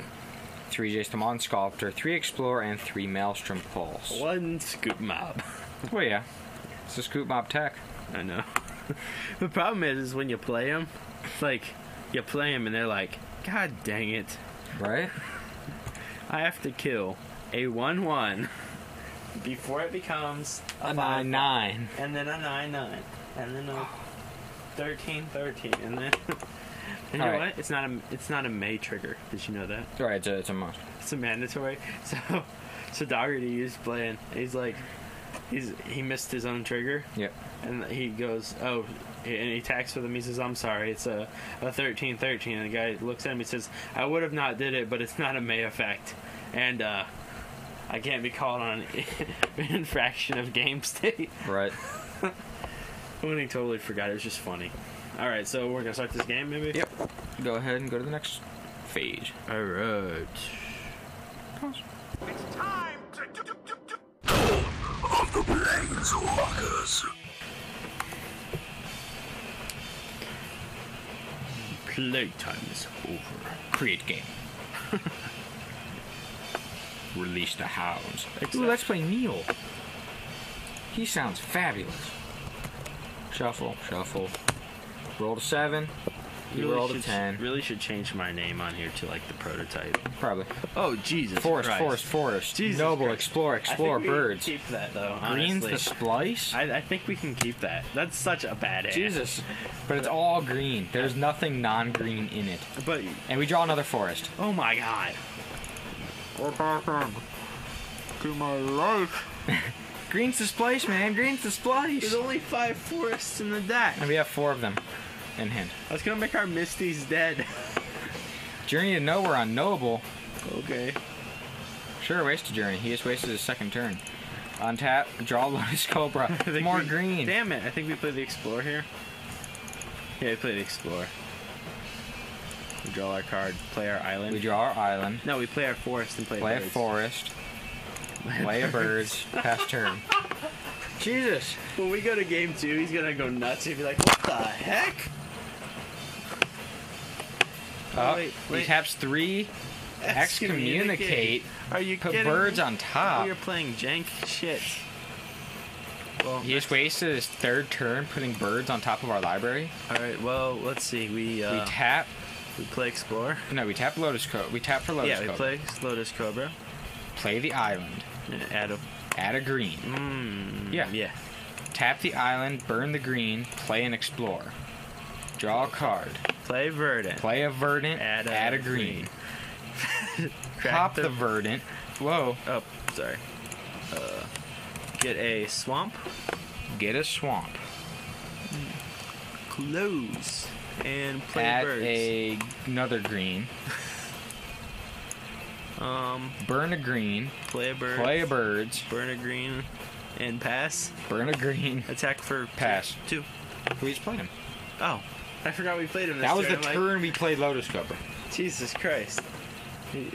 Speaker 2: three Jace the Mon Sculptor, three Explorer, and three Maelstrom Pulse.
Speaker 3: One scoop mob.
Speaker 2: Well, yeah. It's a Scoop Mob tech.
Speaker 3: I know. the problem is, is when you play them, like, you play them and they're like, God dang it.
Speaker 2: Right?
Speaker 3: I have to kill a 1 1 before it becomes
Speaker 2: A 9 9.
Speaker 3: and then a 9 9, and then a 13 13, and then. And you know
Speaker 2: Alright.
Speaker 3: what? It's not a it's not a May trigger. Did you know that?
Speaker 2: Right, it's a, it's a monster.
Speaker 3: It's a mandatory. So, so Dougherty is playing. He's like, he's he missed his own trigger,
Speaker 2: Yep.
Speaker 3: and he goes, oh, and he tacks with him. He says, I'm sorry, it's a a thirteen thirteen. And the guy looks at him. He says, I would have not did it, but it's not a May effect, and uh, I can't be called on infraction of game state.
Speaker 2: Right.
Speaker 3: When he totally forgot, it was just funny. All right, so we're gonna start this game, maybe.
Speaker 2: Yep. Go ahead and go to the next phase.
Speaker 3: All right. Playtime is over.
Speaker 2: Create game. Release the hounds.
Speaker 3: Except-
Speaker 2: Ooh, let's play Neil. He sounds fabulous. Shuffle, shuffle. Roll to seven. You
Speaker 3: Really
Speaker 2: rolled a
Speaker 3: should-
Speaker 2: ten.
Speaker 3: Really should change my name on here to like the prototype.
Speaker 2: Probably.
Speaker 3: Oh Jesus!
Speaker 2: Forest, forest, forest.
Speaker 3: Jesus
Speaker 2: Noble,
Speaker 3: Christ.
Speaker 2: explore, explore,
Speaker 3: I think we can
Speaker 2: birds.
Speaker 3: Keep that though.
Speaker 2: Green's
Speaker 3: honestly.
Speaker 2: the splice?
Speaker 3: I, I think we can keep that. That's such a bad hand.
Speaker 2: Jesus. But it's all green. There's nothing non green in it.
Speaker 3: But
Speaker 2: And we draw another forest.
Speaker 3: oh my God!
Speaker 5: What happened to my life?
Speaker 6: Green's the splice, man. Green's the splice.
Speaker 4: There's only five forests in the deck.
Speaker 2: And we have four of them in hand.
Speaker 3: That's gonna make our Misty's dead.
Speaker 2: Journey to Nowhere on Knowable.
Speaker 3: okay.
Speaker 2: Sure, wasted Journey. He just wasted his second turn. On tap, draw Lotus Cobra.
Speaker 3: I think
Speaker 2: More
Speaker 3: we-
Speaker 2: green.
Speaker 3: Damn it! I think we play the Explore here. Yeah, we play the Explore. We draw our card, play our island.
Speaker 2: We draw our island.
Speaker 3: no, we play our forest and play.
Speaker 2: Play a
Speaker 3: birds.
Speaker 2: forest. Play a birds. Pass turn. Jesus.
Speaker 3: When we go to game two, he's gonna go nuts. He'd be like, "What the heck?"
Speaker 2: Oh,
Speaker 3: wait,
Speaker 2: He
Speaker 3: wait.
Speaker 2: taps three. Excommunicate.
Speaker 3: Are you
Speaker 2: Put
Speaker 3: kidding
Speaker 2: birds
Speaker 3: me?
Speaker 2: on top.
Speaker 3: We are playing jank shit. Well,
Speaker 2: He just wasted his third turn putting birds on top of our library.
Speaker 3: all right. Well, let's see. We uh,
Speaker 2: we tap.
Speaker 3: we play explore.
Speaker 2: No, we tap Lotus Cobra. We tap for Lotus
Speaker 3: yeah,
Speaker 2: Cobra.
Speaker 3: we play Lotus Cobra.
Speaker 2: Play the island.
Speaker 3: and Add a
Speaker 2: Add a green.
Speaker 3: mm,
Speaker 2: Yeah.
Speaker 3: yeah.
Speaker 2: Tap the island, burn the green, play and explore. Draw a card.
Speaker 3: Play verdant.
Speaker 2: Play a verdant, add a, green.
Speaker 3: Crack
Speaker 2: Pop the verdant. Whoa.
Speaker 3: Oh, sorry. Uh, get a swamp.
Speaker 2: Get a swamp.
Speaker 3: Close. And play
Speaker 2: add
Speaker 3: birds.
Speaker 2: a, another green.
Speaker 3: Um,
Speaker 2: Burn a green.
Speaker 3: play a bird.
Speaker 2: Play a birds.
Speaker 3: Burn a green. And pass.
Speaker 2: Burn a green.
Speaker 3: Attack for
Speaker 2: Pass.
Speaker 3: two.
Speaker 2: We just played him.
Speaker 3: Oh, I forgot we played him. This
Speaker 2: That was the
Speaker 3: turn. I'm like,
Speaker 2: turn we played Lotus Cobra.
Speaker 3: Jesus Christ. He-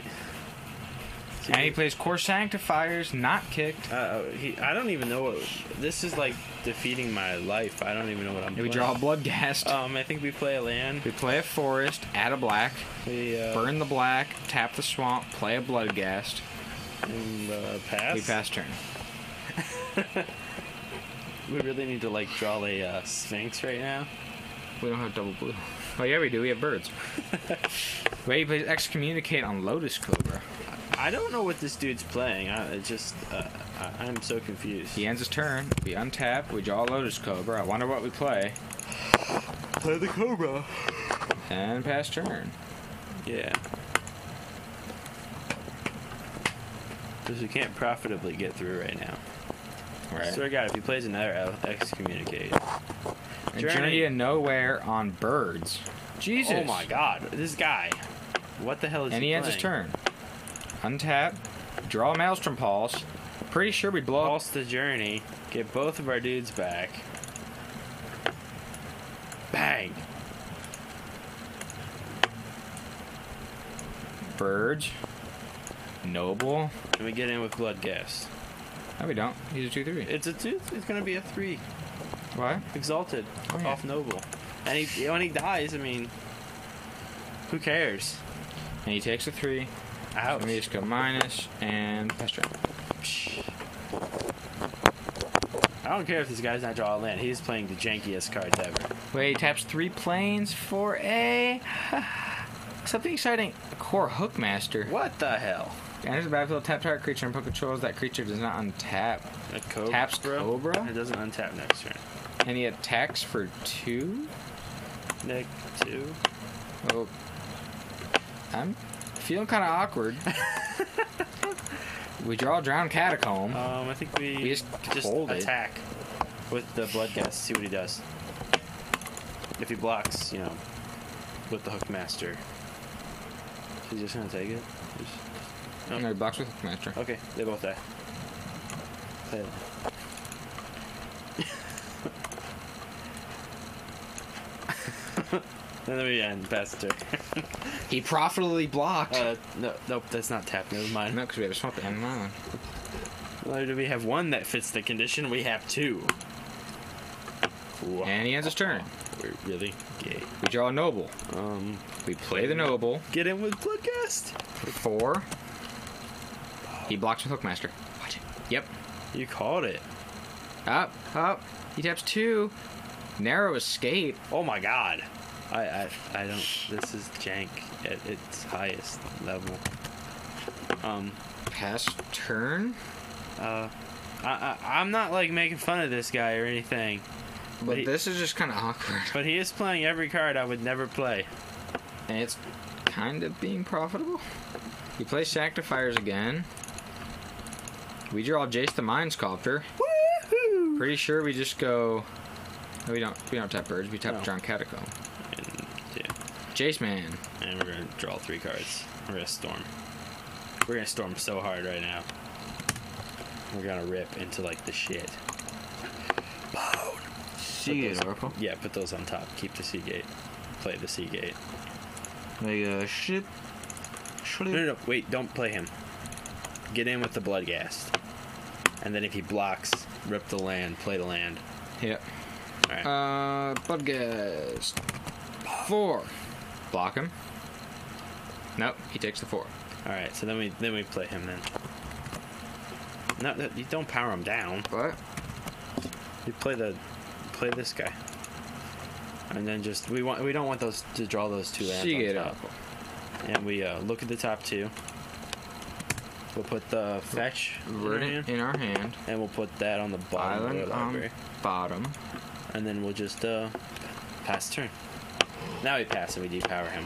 Speaker 2: And he plays Core Sanctifiers, not kicked.
Speaker 3: Uh, he, I don't even know what. This is like defeating my life. I don't even know what I'm
Speaker 2: And we
Speaker 3: doing.
Speaker 2: draw a Bloodgast.
Speaker 3: Um, I think we play a land.
Speaker 2: we play a forest, add a black,
Speaker 3: We uh,
Speaker 2: burn the black, tap the swamp, play a Bloodgast.
Speaker 3: and, uh, pass.
Speaker 2: We pass turn.
Speaker 3: We really need to like draw a uh, sphinx right now.
Speaker 2: We don't have double blue. Oh yeah, we do. We have birds. Wait, he plays excommunicate on Lotus Cobra.
Speaker 3: I don't know what this dude's playing. I it just uh, I, I'm so confused.
Speaker 2: He ends his turn. We untap. We draw Lotus Cobra. I wonder what we play.
Speaker 3: play the cobra.
Speaker 2: And pass turn.
Speaker 3: Yeah. Because we can't profitably get through right now.
Speaker 2: Right.
Speaker 3: Swear to God, if he plays another, I'll excommunicate.
Speaker 2: And journey.
Speaker 3: Journey.
Speaker 2: to nowhere on birds. Jesus.
Speaker 3: Oh my God, this guy. What the hell is
Speaker 2: And
Speaker 3: he
Speaker 2: he ends his
Speaker 3: playing?
Speaker 2: turn. Untap. Draw a Maelstrom Pulse. Pretty sure we blow up.
Speaker 3: Pulse the journey. Get both of our dudes back. Bang.
Speaker 2: birds. Noble.
Speaker 3: And we get in with blood gas.
Speaker 2: No, we don't. He's a two three.
Speaker 3: It's a two. It's gonna be a three.
Speaker 2: What?
Speaker 3: Exalted,
Speaker 2: Oh, yeah.
Speaker 3: off noble, and he when he dies, I mean, who cares?
Speaker 2: And he takes a three.
Speaker 3: Ouch.
Speaker 2: And we just go minus and pass turn.
Speaker 3: Psh. I don't care if this guy's not drawing land. He's playing the jankiest cards ever.
Speaker 2: Wait, he taps three planes for a something exciting. Core Hookmaster.
Speaker 3: What the hell?
Speaker 2: Enters the battlefield, tap target creature, and put controls that creature does not untap.
Speaker 3: A cobra.
Speaker 2: Taps Cobra?
Speaker 3: It doesn't untap next turn.
Speaker 2: And he attacks for two.
Speaker 3: Nick two.
Speaker 2: Oh, I'm feeling kind of awkward. we draw Drown Catacomb.
Speaker 3: Um, I think we,
Speaker 2: We just hold it.
Speaker 3: attack with the blood gas. See what he does. If he blocks, you know, with the hook master, he's just gonna take it. Just-
Speaker 2: No, he blocks with Hookmaster.
Speaker 3: Okay, they both die. Play it. and then we end Bester.
Speaker 2: He profitably blocked.
Speaker 3: Uh, no, nope, that's not tap. Never mind.
Speaker 2: no, because we have a swamp and an island.
Speaker 3: Why do we have one that fits the condition? We have two. Wow,
Speaker 2: And he ends his turn.
Speaker 3: we're really gay.
Speaker 2: We draw a Noble.
Speaker 3: Um,
Speaker 2: We play the Noble
Speaker 3: get in with Bloodgast.
Speaker 2: for four. He blocks with Hookmaster. Watch it. Yep.
Speaker 3: You called it.
Speaker 2: Up, up. He taps two. Narrow escape.
Speaker 3: Oh my god. I, I, I don't. This is jank at its highest level. Um,
Speaker 2: Pass turn.
Speaker 3: Uh, I, I, I'm not like making fun of this guy or anything,
Speaker 2: But
Speaker 3: Wait.
Speaker 2: this is just kind of awkward.
Speaker 3: but he is playing every card I would never play.
Speaker 2: And it's kind of being profitable. We play Sanctifiers again. We draw Jace the Mind Sculptor. Woo! Pretty sure we just go. No, we don't. We don't tap birds. We tap
Speaker 1: No.
Speaker 2: drowned catacomb.
Speaker 3: And, yeah.
Speaker 2: Jace man.
Speaker 3: And we're gonna draw three cards. We're gonna storm. We're gonna storm so hard right now. We're gonna rip into like the shit.
Speaker 5: Seagate Oracle.
Speaker 3: Yeah, put those on top. Keep the Seagate. Play the Seagate.
Speaker 5: Like a ship.
Speaker 3: No, no, no. Wait, don't play him. Get in with the Bloodgast. And then if he blocks, rip the land, play the land.
Speaker 2: Yep.
Speaker 3: Alright.
Speaker 2: Uh, Budgast. Four. Block him. Nope. He takes the four.
Speaker 3: Alright, so then we then we play him then. No, no, you don't power him down.
Speaker 2: What?
Speaker 3: You play the play this guy. And then just we want we don't want those to draw those two lands
Speaker 2: Seagate
Speaker 3: on top.
Speaker 2: Oracle.
Speaker 3: And we uh, look at the top two. We'll put the fetch in our
Speaker 2: Verdant
Speaker 3: hand,
Speaker 2: in our hand.
Speaker 3: and we'll put that on the bottom of
Speaker 2: Island um,
Speaker 3: the
Speaker 2: on
Speaker 3: library.
Speaker 2: bottom.
Speaker 3: and then we'll just uh, pass turn. Now we pass and we depower him.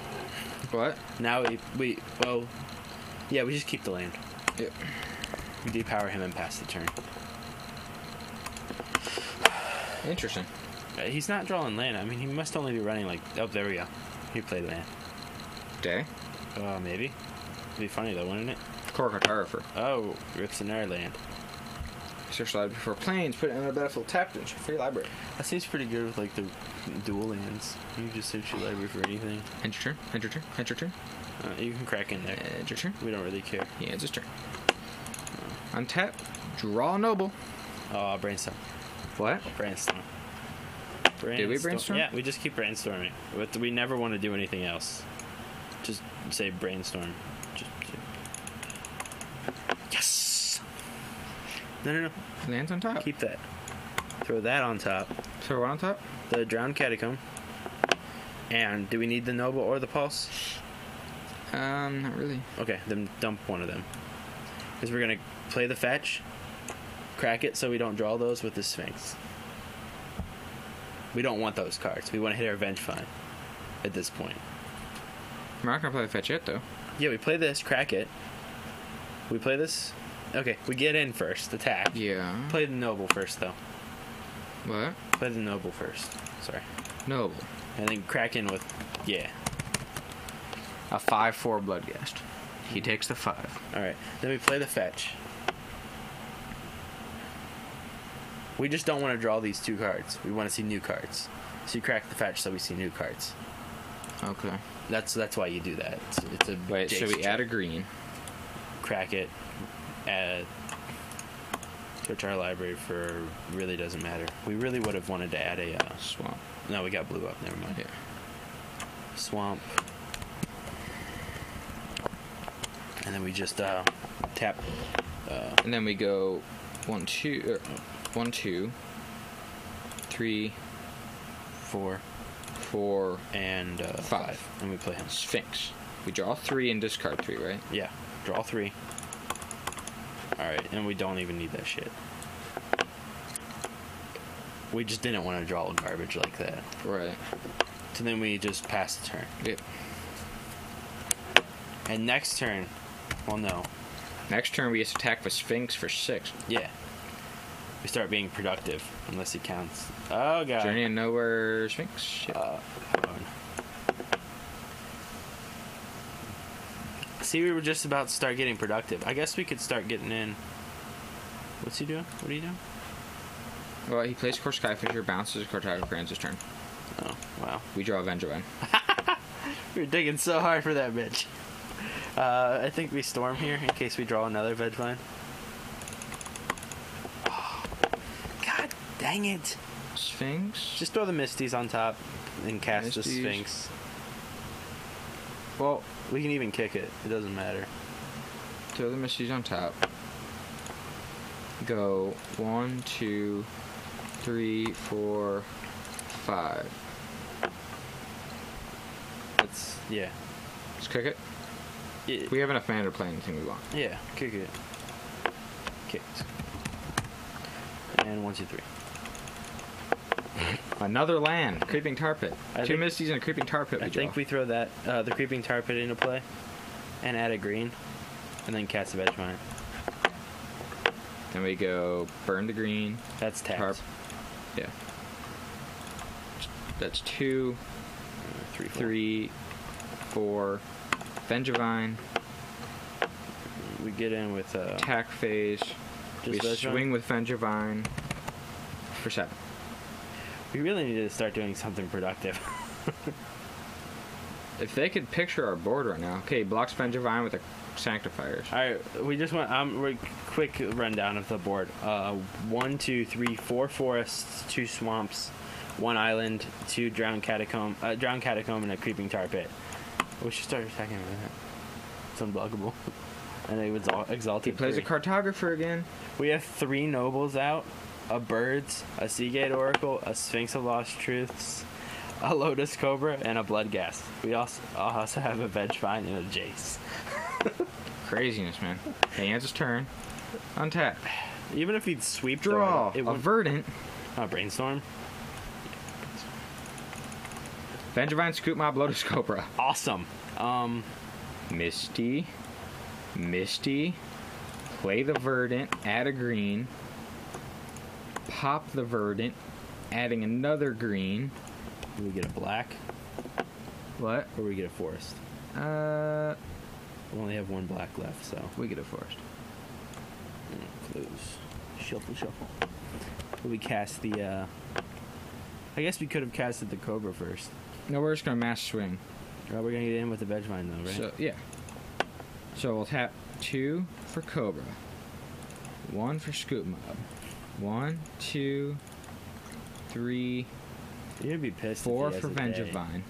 Speaker 2: What?
Speaker 3: Now we we well, yeah, we just keep the land.
Speaker 2: Yep.
Speaker 3: We depower him and pass the turn.
Speaker 2: Interesting.
Speaker 3: Uh, He's not drawing land. I mean, he must only be running like. Oh, there we go. He played land.
Speaker 2: Day.
Speaker 3: Uh, maybe. It'd be funny though, wouldn't it?
Speaker 2: Corkatara for
Speaker 3: Oh, rips in our land.
Speaker 2: search library before planes. Put it in a battlefield tapped into free library.
Speaker 3: That seems pretty good with like the dual lands. You can just search your library for anything.
Speaker 2: Enter turn. Enter turn. Enter turn.
Speaker 3: Uh, you can crack in there.
Speaker 2: Enter turn.
Speaker 3: We don't really care.
Speaker 2: Yeah, it's his turn. Untap. Draw a noble.
Speaker 3: Oh, brainstorm.
Speaker 2: What?
Speaker 3: Brainstorm. brainstorm.
Speaker 2: we brainstorm?
Speaker 3: Yeah, we just keep brainstorming. But we never want to do anything else. Just say brainstorm. Just, Yes! No, no, no.
Speaker 2: Lands on top.
Speaker 3: Keep that. Throw that on top.
Speaker 2: Throw one on top.
Speaker 3: The drowned catacomb. And do we need the noble or the pulse?
Speaker 2: Um, not really.
Speaker 3: Okay, then dump one of them. Because we're gonna play the fetch, crack it so we don't draw those with the Sphinx. We don't want those cards. We want to hit our Venge Fund at this point.
Speaker 2: We're not gonna play the fetch yet though.
Speaker 3: Yeah, we play this, crack it. We play this. Okay, we get in first, attack.
Speaker 2: Yeah.
Speaker 3: Play the Noble first, though.
Speaker 2: What?
Speaker 3: Play the Noble first. Sorry.
Speaker 2: Noble.
Speaker 3: And then crack in with. Yeah.
Speaker 2: A five-four bloodgast.
Speaker 5: He takes the five.
Speaker 3: Alright, then we play the fetch. We just don't want to draw these two cards. We want to see new cards. So you crack the fetch so we see new cards.
Speaker 2: Okay.
Speaker 3: That's that's why you do that. It's, it's a
Speaker 2: Wait.
Speaker 3: Jace
Speaker 2: so we
Speaker 3: trick.
Speaker 2: add a green.
Speaker 3: crack it, add search our library for really doesn't matter. We really would have wanted to add a uh,
Speaker 2: Swamp.
Speaker 3: no. We got blue up. Never mind.
Speaker 2: Yeah.
Speaker 3: Swamp. And then we just uh, tap
Speaker 2: And then we go one, two, er, one, two, three,
Speaker 3: four
Speaker 2: four,
Speaker 3: and uh,
Speaker 2: Five.
Speaker 3: five, and we play him.
Speaker 2: Sphinx. We draw three and discard three, right?
Speaker 3: Yeah, draw three. Alright, and we don't even need that shit. We just didn't want to draw garbage like that.
Speaker 2: Right.
Speaker 3: So then we just pass the turn.
Speaker 2: Yep.
Speaker 3: And next turn, well, no.
Speaker 2: Next turn we just attack with Sphinx for six.
Speaker 3: Yeah. We start being productive, unless it counts. Oh, God.
Speaker 2: Journey of Nowhere Sphinx. Yep.
Speaker 3: Uh, hold on. See, we were just about to start getting productive. I guess we could start getting in. What's he doing? What are you doing?
Speaker 2: Well, he plays Core Skyfisher, bounces a Cortago Grand's turn.
Speaker 3: Oh, wow.
Speaker 2: We draw Vengevine.
Speaker 3: We're digging so hard for that bitch. Uh, I think we storm here in case we draw another veg line. God dang it!
Speaker 2: Sphinx.
Speaker 3: Just throw the Misties on top and cast the
Speaker 2: Misties.
Speaker 3: Sphinx.
Speaker 2: well,
Speaker 3: We can even kick it. It doesn't matter.
Speaker 2: throw the Misty's on top. Go one, two, three, four, five.
Speaker 3: That's yeah,
Speaker 2: Let's kick it.
Speaker 3: yeah,
Speaker 2: We have enough mana to play anything we want.
Speaker 3: yeah. Kick it. Kicked. And one, two, three.
Speaker 2: Another land, creeping tar pit.
Speaker 3: I
Speaker 2: Two
Speaker 3: think-
Speaker 2: misties and a creeping tar pit. We
Speaker 3: I
Speaker 2: draw.
Speaker 3: think we throw that uh, the creeping tar pit into play, and add a green, and then cast a veg mine.
Speaker 2: Then we go burn the green.
Speaker 3: That's tapped.
Speaker 2: Tarp. Yeah. That's two,
Speaker 3: Three, four.
Speaker 2: three, four. Vengevine,
Speaker 3: We get in with uh,
Speaker 2: attack phase.
Speaker 3: Just
Speaker 2: we
Speaker 3: Vengevine?
Speaker 2: swing with Vengevine for seven.
Speaker 3: We really need to start doing something productive.
Speaker 2: If they could picture our board right now. Okay, blocks Vengevine with the Sanctifiers.
Speaker 3: All right, we just want um we're, quick rundown of the board. Uh, one, two, three, four forests, two swamps, one island, two drowned catacomb, uh, drowned catacomb, and a creeping tar pit. We should start attacking with that. It's unblockable. And they would exalt-
Speaker 2: He
Speaker 3: exalted.
Speaker 2: plays a
Speaker 3: three.
Speaker 2: cartographer again.
Speaker 3: We have three nobles out, a birds, a seagate oracle, a sphinx of lost truths, a lotus cobra, and a blood gas. We also also have a veg vine and a jace.
Speaker 2: Craziness, man. He ends his turn. Untap.
Speaker 3: Even if he'd sweep the
Speaker 2: Draw.
Speaker 3: one, it
Speaker 2: a
Speaker 3: would
Speaker 2: verdant.
Speaker 3: uh, brainstorm.
Speaker 2: Vengevine scoop mob lotus cobra.
Speaker 3: Awesome. Um,
Speaker 2: Misty. Misty. Play the verdant. Add a green. Pop the verdant. Adding another green.
Speaker 3: do we get a black
Speaker 2: What?
Speaker 3: or we get a forest.
Speaker 2: Uh,
Speaker 3: We only have one black left, so
Speaker 5: We get a forest.
Speaker 3: close. Shuffle, shuffle. We cast the. uh I guess we could have casted the cobra first.
Speaker 2: no, we're just gonna mass swing.
Speaker 3: Well, we're gonna get in with the veg vine though, right?
Speaker 2: So yeah. So we'll tap two for Cobra. One for Scoop Mob. One, two, three,
Speaker 3: You're gonna be pissed.
Speaker 2: four
Speaker 3: if he
Speaker 2: for
Speaker 3: has a day.
Speaker 2: Vengevine.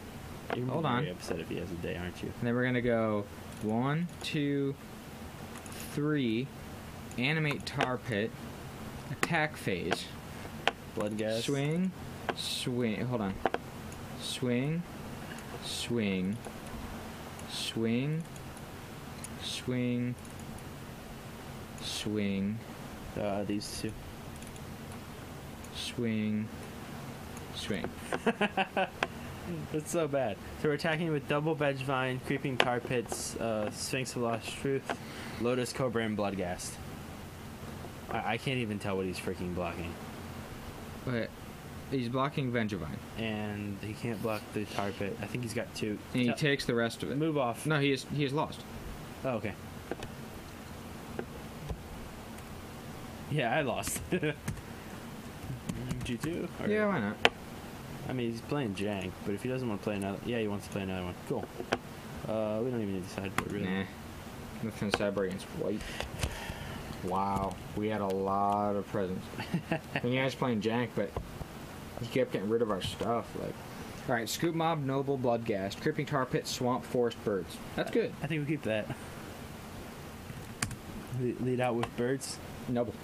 Speaker 3: You're gonna
Speaker 2: Hold
Speaker 3: be
Speaker 2: on.
Speaker 3: Very upset if he has a day, aren't you?
Speaker 2: And then we're gonna go one, two, three, animate tar pit, attack phase.
Speaker 3: Blood gas.
Speaker 2: Swing, swing. Hold on. Swing, swing, swing, swing, swing,
Speaker 3: Uh, these two.
Speaker 2: swing, swing.
Speaker 3: It's so bad. So we're attacking with double veg vine, creeping tar pits, uh, sphinx of lost truth, lotus cobra, and blood gas. I-, I can't even tell what he's freaking blocking,
Speaker 2: But he's blocking Vengevine,
Speaker 3: and he can't block the tar pit. I think he's got two.
Speaker 2: and he
Speaker 3: Tell-
Speaker 2: takes the rest of it.
Speaker 3: move off.
Speaker 2: No, he is he is lost.
Speaker 3: Oh, okay. Yeah, I lost. G two.
Speaker 2: Yeah, why not?
Speaker 3: I mean, he's playing Jang, but if he doesn't want to play another, yeah, he wants to play another one. Cool. Uh, we don't even need to sideboard really.
Speaker 2: Nah. Nothing cyber against white. Wow. We had a lot of presents. and yeah, I was playing Jank, but he kept getting rid of our stuff. Like, all right, Scoop Mob, Noble, Blood Gas, Creeping Tar Pit, Swamp, Forest, Birds. That's good.
Speaker 3: I think we keep that. Le- Lead out with birds.
Speaker 2: Noble.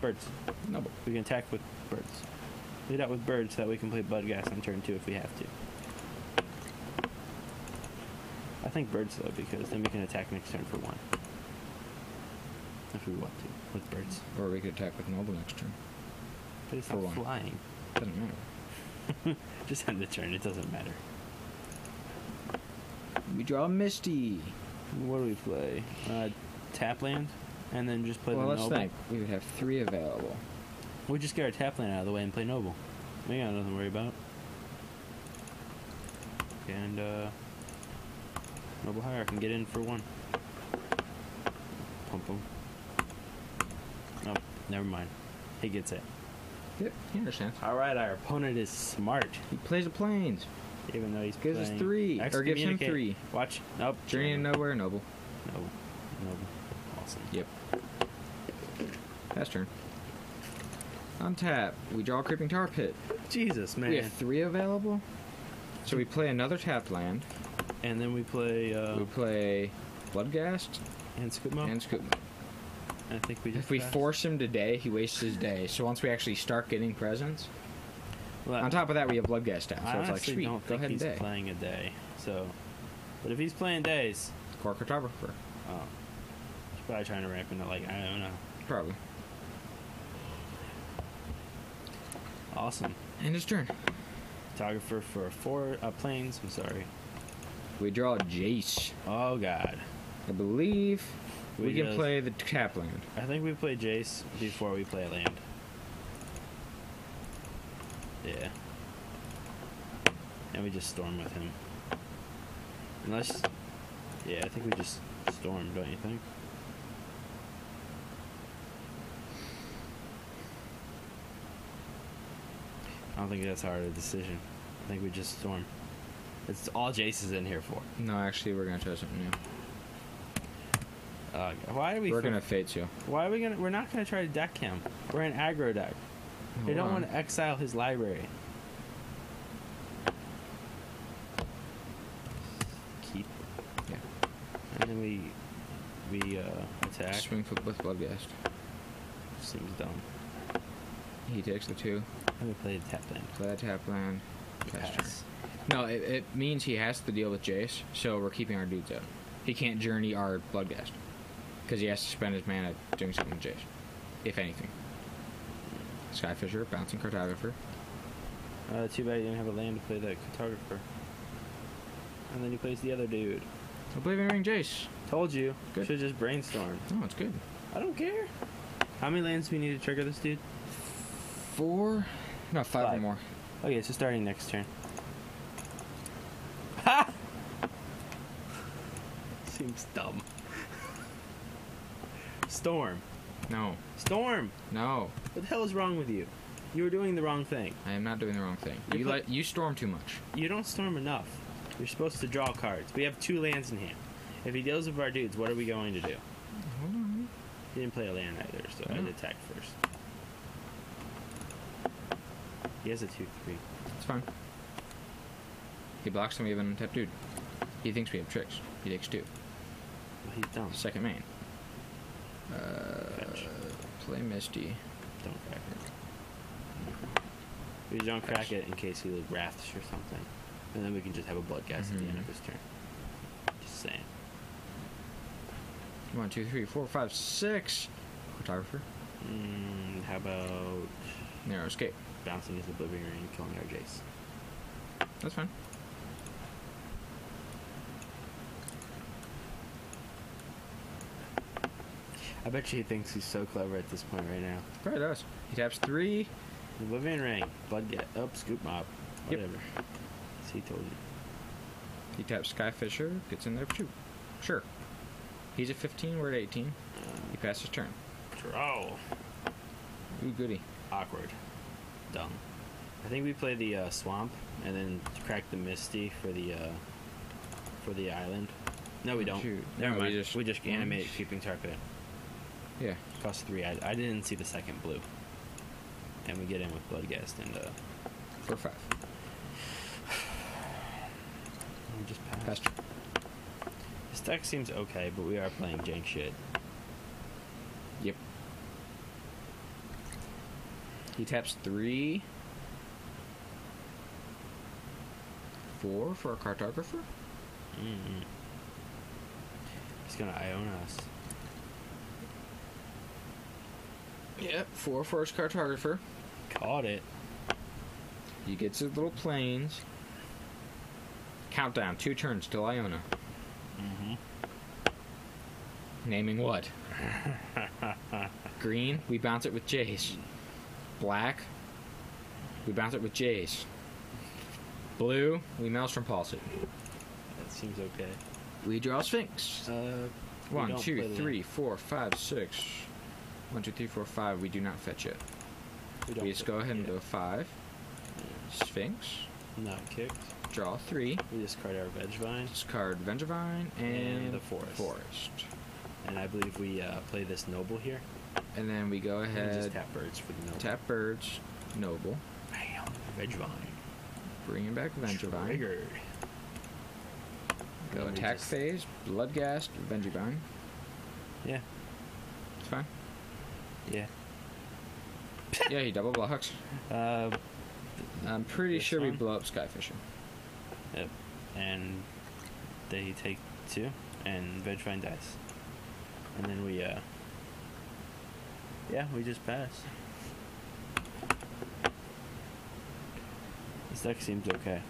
Speaker 3: Birds.
Speaker 2: Noble.
Speaker 3: We can attack with birds. Lead out with birds so that we can play Bud Gas on turn two if we have to. I think birds though, because then we can attack next turn for one. If we want to, with birds.
Speaker 2: Or we could attack with Noble next turn.
Speaker 3: But it's
Speaker 2: For
Speaker 3: not
Speaker 2: one.
Speaker 3: flying.
Speaker 2: Doesn't matter.
Speaker 3: Just end the turn, it doesn't matter.
Speaker 2: We draw Misty.
Speaker 3: What do we play? Uh, Tapland, and then just play
Speaker 2: well,
Speaker 3: the
Speaker 2: let's
Speaker 3: Noble.
Speaker 2: think. We would have three available.
Speaker 3: We'll just get our Tapland out of the way and play Noble. We got nothing to worry about. And uh, Noble Hire can get in for one. Pump him. Nope, never mind. He gets it.
Speaker 2: Yep, he understands.
Speaker 3: All right, our opponent is smart,
Speaker 2: He plays the planes.
Speaker 3: even though he's
Speaker 2: Gives us
Speaker 3: playing
Speaker 2: three, or gives him
Speaker 3: Excommunicate.
Speaker 2: three.
Speaker 3: Watch. Nope.
Speaker 2: Journey to
Speaker 3: Noble.
Speaker 2: Nowhere, Noble.
Speaker 3: Noble. Noble. Awesome.
Speaker 2: Yep. Pass turn. Untap. We draw a creeping tar pit.
Speaker 3: Jesus, man.
Speaker 2: We have three available. So we play another tap land.
Speaker 3: And then we play uh,
Speaker 2: We play Bloodgast
Speaker 3: and scoop mode.
Speaker 2: and Scoop.
Speaker 3: I think we just
Speaker 2: If we
Speaker 3: passed.
Speaker 2: force him today, he wastes his day. So once we actually start getting presents,
Speaker 3: Well,
Speaker 2: on top of that, we have Bloodgast down.
Speaker 3: I
Speaker 2: So it's like,
Speaker 3: honestly
Speaker 2: sweet,
Speaker 3: don't
Speaker 2: go
Speaker 3: think
Speaker 2: ahead and
Speaker 3: he's
Speaker 2: day.
Speaker 3: playing a day. So, but if he's playing days,
Speaker 2: Core Cartographer.
Speaker 3: oh, he's probably trying to ramp into like I don't know.
Speaker 2: Probably.
Speaker 3: Awesome
Speaker 2: And his turn.
Speaker 3: photographer for four uh, planes. I'm sorry.
Speaker 2: We draw Jace.
Speaker 3: Oh God,
Speaker 2: I believe We, can
Speaker 3: just-
Speaker 2: play the tap land.
Speaker 3: I think we play Jace before we play land. Yeah. And we just storm with him. Unless. Yeah, I think we just storm, don't you think? I don't think that's hard a decision. I think we just storm. It's all Jace is in here for.
Speaker 2: No, actually, we're gonna try something new.
Speaker 3: Uh, why are we?
Speaker 2: We are
Speaker 3: fi-
Speaker 2: gonna fade you.
Speaker 3: Why are we gonna? We're not gonna try to deck him. We're an aggro deck. They
Speaker 2: Hold
Speaker 3: don't
Speaker 2: on.
Speaker 3: want to exile his library. Keep.
Speaker 2: Yeah.
Speaker 3: And then we we uh, attack.
Speaker 2: swing flip with bloodgast.
Speaker 3: Seems dumb.
Speaker 2: He takes the two.
Speaker 3: Let me play the tap land.
Speaker 2: Play that tap land. Pass turn.
Speaker 3: Pass.
Speaker 2: No, it, it means he has to deal with Jace, so we're keeping our dudes out. He can't journey our bloodgast because he has to spend his mana doing something with Jace, if anything. Skyfisher, bouncing cartographer.
Speaker 3: Uh, too bad you didn't have a land to play that cartographer. And then he plays the other dude.
Speaker 2: I believe in ring Jace.
Speaker 3: Told you.
Speaker 2: Good.
Speaker 3: Should just brainstorm.
Speaker 2: No, it's good.
Speaker 3: I don't care. How many lands do we need to trigger this dude?
Speaker 2: Four, no, five,
Speaker 3: Five.
Speaker 2: or more.
Speaker 3: Okay, so starting next turn. Ha! Seems dumb. Storm.
Speaker 2: No,
Speaker 3: Storm!
Speaker 2: no,
Speaker 3: What the hell is wrong with you? You were doing the wrong thing.
Speaker 2: I am not doing the wrong thing.
Speaker 3: You
Speaker 2: You,
Speaker 3: put-
Speaker 2: let you storm too much.
Speaker 3: You don't storm enough. You're supposed to draw cards. We have two lands in hand. If he deals with our dudes, what are we going to do? He didn't play a land either, so I'd
Speaker 2: Yeah.
Speaker 3: attack first. He has a 2 3.
Speaker 2: It's fine. He blocks and we have an untapped dude. He thinks we have tricks. He takes two.
Speaker 3: He's dumb.
Speaker 2: Second main. Uh,
Speaker 3: Fetch.
Speaker 2: play Misty.
Speaker 3: Don't crack it. We don't crack it in case he like wraths or something, and then we can just have a blood gas at the end
Speaker 2: Mhm.
Speaker 3: of his turn. Just saying.
Speaker 2: One, two, three, four, five, six. Photographer.
Speaker 3: Mm, how about
Speaker 2: Narrow escape.
Speaker 3: bouncing his oblivion ring and killing our Jace?
Speaker 2: That's fine.
Speaker 3: I bet you he thinks he's so clever at this point right now.
Speaker 2: Probably does. He taps three.
Speaker 3: Oblivion ring, blood gas, up, scoop mob,
Speaker 2: Yep.
Speaker 3: whatever. So he told you.
Speaker 2: He taps Skyfisher. Gets in there for two. Sure. He's at 15. We're at 18. He passes turn.
Speaker 3: Draw.
Speaker 2: Ooh, goody.
Speaker 3: Awkward. Dumb. I think we play the uh, swamp and then crack the misty for the uh, for the island. No, we don't.
Speaker 2: Shoot.
Speaker 3: Never
Speaker 2: No, we
Speaker 3: mind. We just,
Speaker 2: just-
Speaker 3: animate
Speaker 2: orange.
Speaker 3: creeping tarpon.
Speaker 2: Yeah.
Speaker 3: Cost three. I, I didn't see the second blue. And we get in with bloodgast and uh,
Speaker 2: Four, five.
Speaker 3: we just pass.
Speaker 2: Pass turn.
Speaker 3: This deck seems okay, but we are playing jank shit.
Speaker 2: Yep. He taps three. Four for a cartographer?
Speaker 3: Mm-mm. He's gonna Iona us.
Speaker 2: Yep. Four for his cartographer.
Speaker 3: Caught it.
Speaker 2: He gets his little planes. Countdown, two turns till Iona.
Speaker 3: Mm-hmm.
Speaker 2: Naming what? Green, we bounce it with Jace. Black, we bounce it with Jace. Blue, we Maelstrom Pulse it.
Speaker 3: That seems okay.
Speaker 2: We draw Sphinx.
Speaker 3: Uh, we
Speaker 2: One,
Speaker 3: don't play
Speaker 2: two,
Speaker 3: the-
Speaker 2: three, four, five, six. One, two, three, four, five. We do not fetch it. We,
Speaker 3: We, don't
Speaker 2: just
Speaker 3: play-
Speaker 2: go ahead and
Speaker 3: yeah.
Speaker 2: do a five. Sphinx.
Speaker 3: Not kicked.
Speaker 2: Draw three.
Speaker 3: We discard our veg vine,
Speaker 2: Discard Vengevine and,
Speaker 3: And the forest.
Speaker 2: forest.
Speaker 3: and I believe we uh, play this noble here.
Speaker 2: And then we go
Speaker 3: And
Speaker 2: ahead,
Speaker 3: just
Speaker 2: Uh, tap.
Speaker 3: tap birds for the noble.
Speaker 2: birds, noble,
Speaker 3: Bam. Veg vine.
Speaker 2: bringing back Vengevine.
Speaker 3: Triggered.
Speaker 2: Go
Speaker 3: And we
Speaker 2: attack
Speaker 3: just-
Speaker 2: phase, Bloodgast, Vengevine.
Speaker 3: Yeah.
Speaker 2: It's fine.
Speaker 3: Yeah.
Speaker 2: yeah, he double blocks.
Speaker 3: Uh,
Speaker 2: I'm pretty
Speaker 3: This
Speaker 2: sure we
Speaker 3: one?
Speaker 2: blow up Skyfisher.
Speaker 3: yep. And they take two, and veg vine dies. And then we, uh, yeah, we just pass. This deck seems okay.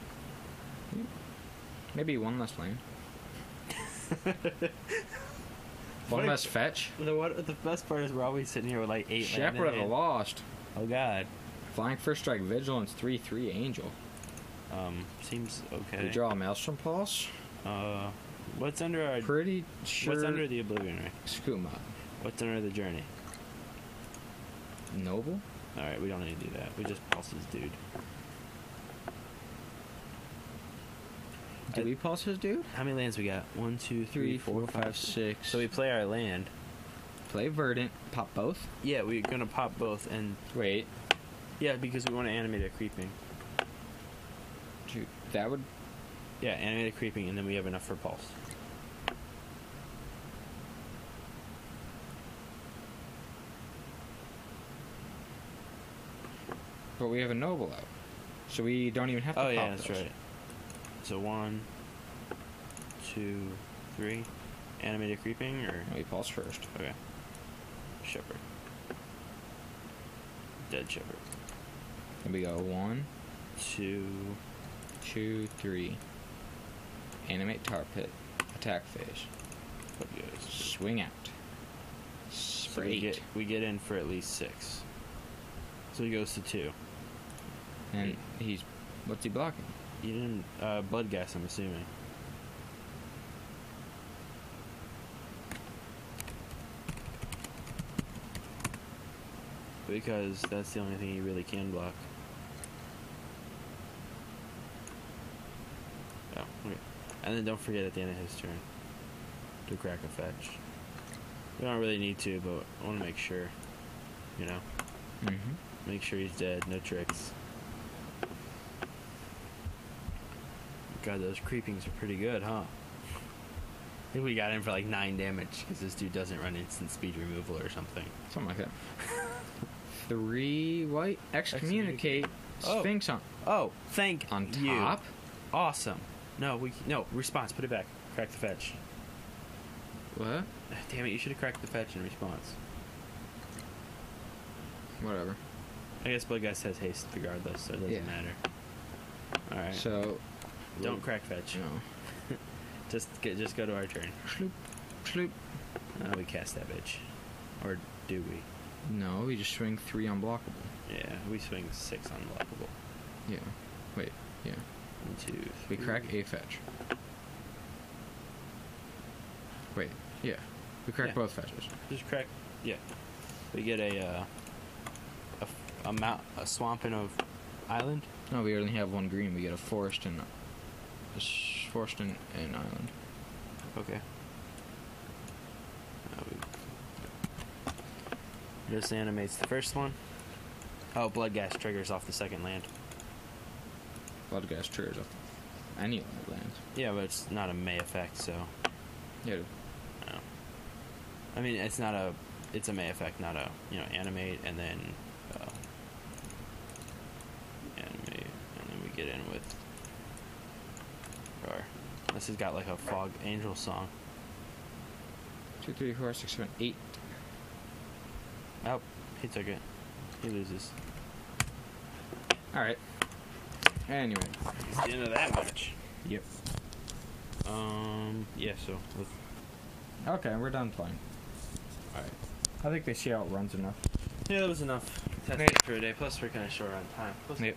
Speaker 2: Maybe one less lane.
Speaker 3: What
Speaker 2: One
Speaker 3: a-
Speaker 2: less fetch.
Speaker 3: The what the best part is we're always sitting here with like eight.
Speaker 2: Shepherd of
Speaker 3: landed
Speaker 2: the
Speaker 3: in.
Speaker 2: Lost.
Speaker 3: Oh God.
Speaker 2: Flying First Strike Vigilance 3 3 Angel.
Speaker 3: Um, seems okay.
Speaker 2: We draw a Maelstrom Pulse.
Speaker 3: Uh, what's under our?
Speaker 2: Pretty sure.
Speaker 3: What's under the Oblivion Ring?
Speaker 2: Skooma?
Speaker 3: What's under the Journey?
Speaker 2: Noble?
Speaker 3: All right, we don't need to do that. We just pulse this dude.
Speaker 2: Do
Speaker 3: I-
Speaker 2: we pulse his dude?
Speaker 3: How many lands we got? One, two, three, four, five, six. So we
Speaker 2: So
Speaker 3: play our land.
Speaker 2: we play Verdant, pop both.
Speaker 3: Yeah, we're gonna pop both, and
Speaker 2: Wait,
Speaker 3: yeah, because we want to animate a creeping.
Speaker 2: ju- that would.
Speaker 3: Yeah, animate a creeping, and then we have enough for pulse.
Speaker 2: But we have a Noble out. So we don't even have to
Speaker 3: Oh
Speaker 2: pop
Speaker 3: yeah, that's
Speaker 2: those.
Speaker 3: right. So one, two, three, animate a creeping, or
Speaker 2: We pulse first.
Speaker 3: okay, shepherd, dead shepherd,
Speaker 2: And we go one,
Speaker 3: two,
Speaker 2: two, three. Animate tar pit. Attack phase.
Speaker 3: what goes?
Speaker 2: Swing out.
Speaker 3: So we
Speaker 2: Spray.
Speaker 3: get we get in for at least six. So he goes to two.
Speaker 2: and he's. What's he blocking?
Speaker 3: You didn't uh, blood gas, I'm assuming. Because that's the only thing you really can block. Oh, okay. And then don't forget at the end of his turn to crack a fetch. We don't really need to, but I want to make sure. You know,
Speaker 2: Mm-hmm.
Speaker 3: make sure he's dead. No tricks. God, those creepings are pretty good, huh? I think we got in for like nine damage because this dude doesn't run instant speed removal or something.
Speaker 2: Something like that. Three white. Excommunicate.
Speaker 3: Oh.
Speaker 2: Sphinx on,
Speaker 3: Oh, thank
Speaker 2: on
Speaker 3: you.
Speaker 2: top.
Speaker 3: Awesome. No, we no response. Put it back. Crack the fetch.
Speaker 2: What?
Speaker 3: Damn it! You should have cracked the fetch in response.
Speaker 2: Whatever.
Speaker 3: I guess Blood Guy says haste regardless, so it doesn't
Speaker 2: Yeah.
Speaker 3: matter. All right.
Speaker 2: So.
Speaker 3: Don't crack fetch.
Speaker 2: No.
Speaker 3: Just get, just go to our turn.
Speaker 2: Sloop. Sloop.
Speaker 3: Uh, we cast that bitch, or do we?
Speaker 2: No, we just swing three unblockable.
Speaker 3: Yeah, we swing six unblockable.
Speaker 2: Yeah. Wait. Yeah.
Speaker 3: One, two.
Speaker 2: We
Speaker 3: three.
Speaker 2: crack a fetch. Wait. Yeah. We crack
Speaker 3: Yeah.
Speaker 2: both fetches.
Speaker 3: Just crack. Yeah. We get a uh, a f- a, mount, a swamp and a f- island.
Speaker 2: No, we only have one green. We get a forest and a s- forest and an island.
Speaker 3: Okay. This animates the first one. Oh, blood gas triggers off the second land.
Speaker 2: Blood gas triggers off any land.
Speaker 3: Yeah, but it's not a May effect, so
Speaker 2: Yeah.
Speaker 3: I mean it's not a it's a May effect, not a you know animate and then uh, animate and then we get in with or this has got like a fog angel song.
Speaker 2: Two, three, four, six, seven, eight.
Speaker 3: Oh, he took it. He loses.
Speaker 2: All right. Anyway,
Speaker 3: It's the end of that match. Yep. Um. Yeah. So. Let's,
Speaker 2: okay, we're done playing.
Speaker 3: all right.
Speaker 2: I think they see how it runs enough.
Speaker 3: Yeah, that was enough. That's
Speaker 2: Nate.
Speaker 3: it for today. Plus, we're kind of short on time. Plus,
Speaker 2: Yep.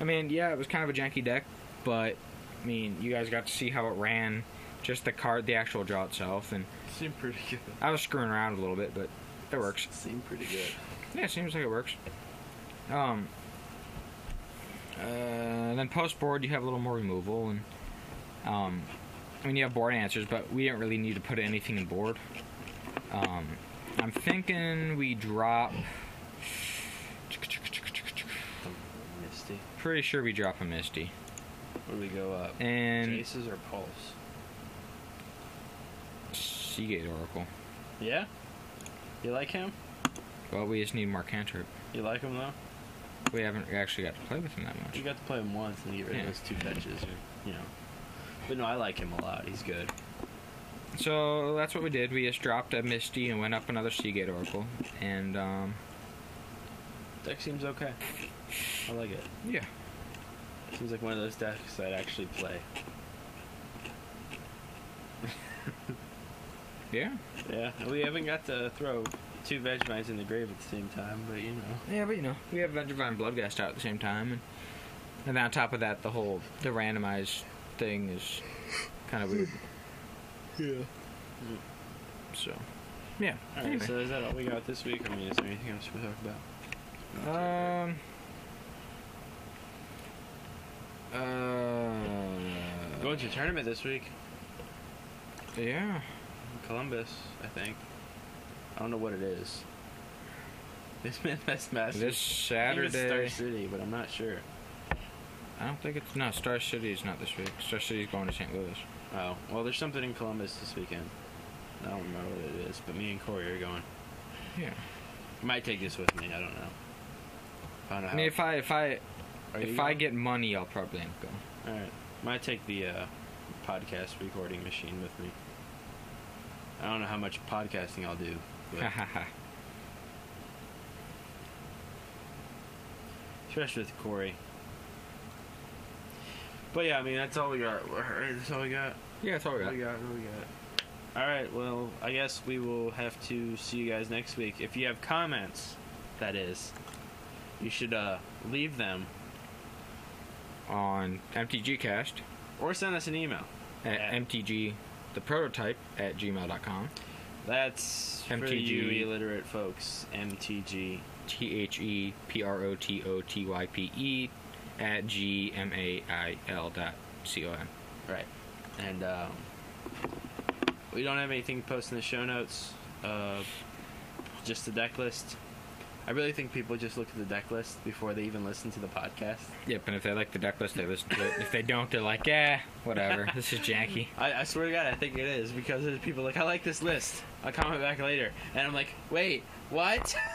Speaker 2: I mean, yeah, it was kind of a janky deck, but I mean, you guys got to see how it ran, just the card, the actual draw itself, and
Speaker 3: seemed pretty good.
Speaker 2: I was screwing around a little bit, but it works.
Speaker 3: Seemed pretty good.
Speaker 2: Yeah, it seems like it works. Um, uh, and then post board, you have a little more removal, and um, I mean you have board answers, but we didn't really need to put anything in board. Um, I'm thinking we drop.
Speaker 3: Misty.
Speaker 2: Pretty sure we drop a Misty,
Speaker 3: Where do we go up?
Speaker 2: and
Speaker 3: Chases or pulse?
Speaker 2: Seagate Oracle.
Speaker 3: Yeah. You like him?
Speaker 2: Well, we just need Mark Cantrip.
Speaker 3: You like him though?
Speaker 2: We haven't actually got to play with him that
Speaker 3: You
Speaker 2: much.
Speaker 3: got to play him once and get rid
Speaker 2: Yeah.
Speaker 3: of those two fetches, or you know. But no, I like him a lot. He's good.
Speaker 2: So that's what we did. We just dropped a Misty and went up another Seagate Oracle, and um,
Speaker 3: Deck seems okay. I like it.
Speaker 2: yeah,
Speaker 3: Seems like one of those decks I'd actually play.
Speaker 2: Yeah.
Speaker 3: Yeah, we haven't got to throw two Vegemites in the grave at the same time, but you know.
Speaker 2: Yeah, but you know, we have Vengevine Bloodgast out at the same time, and, and then on top of that, the whole the randomized thing is kind of weird.
Speaker 3: Yeah.
Speaker 2: So, yeah.
Speaker 3: All right,
Speaker 2: anyway.
Speaker 3: so is that all we got this week? I mean, is there anything else we talk about?
Speaker 2: Um. Uh.
Speaker 3: Going to a tournament this week,
Speaker 2: Yeah.
Speaker 3: Columbus, I think. I don't know what it is. This man, that's massive.
Speaker 2: This
Speaker 3: I think it's
Speaker 2: Saturday.
Speaker 3: Star City, but I'm not sure.
Speaker 2: I don't think it's no. Star City is not this week. Star City's going to St. Louis.
Speaker 3: Oh, well, there's something in Columbus this weekend. I don't remember what it is, but me and Corey are going.
Speaker 2: Yeah.
Speaker 3: Might take this with me. I don't know. I don't know.
Speaker 2: I mean, if
Speaker 3: how-
Speaker 2: I if I
Speaker 3: Are you
Speaker 2: if I
Speaker 3: going?
Speaker 2: get money, I'll probably end up going.
Speaker 3: All right. Might take the uh, podcast recording machine with me. I don't know how much podcasting I'll do. But especially with Corey. But yeah, I mean, that's all we got. Right, That's all we got.
Speaker 2: yeah, that's all we
Speaker 3: What
Speaker 2: got.
Speaker 3: we got? What we got? All right. Well, I guess we will have to see you guys next week. If you have comments, that is, you should uh, leave them
Speaker 2: On MTG Cast
Speaker 3: or send us an email.
Speaker 2: at
Speaker 3: At-
Speaker 2: MTG the prototype at gmail.com.
Speaker 3: That's for
Speaker 2: MTG.
Speaker 3: you illiterate folks. MTG.
Speaker 2: T H E P R O T O T Y P E at G M A I L dot C O M.
Speaker 3: Right. And um, we don't have anything posted in the show notes. Uh, just the deck list. I really think people just look at the deck list before they even listen to the podcast.
Speaker 2: Yep, and if they like the deck list, they listen to it. If they don't, they're like, eh, whatever. This is janky.
Speaker 3: I, I swear to God, I think it is because there's people like, I like this list. I'll comment back later. And I'm like, wait, what?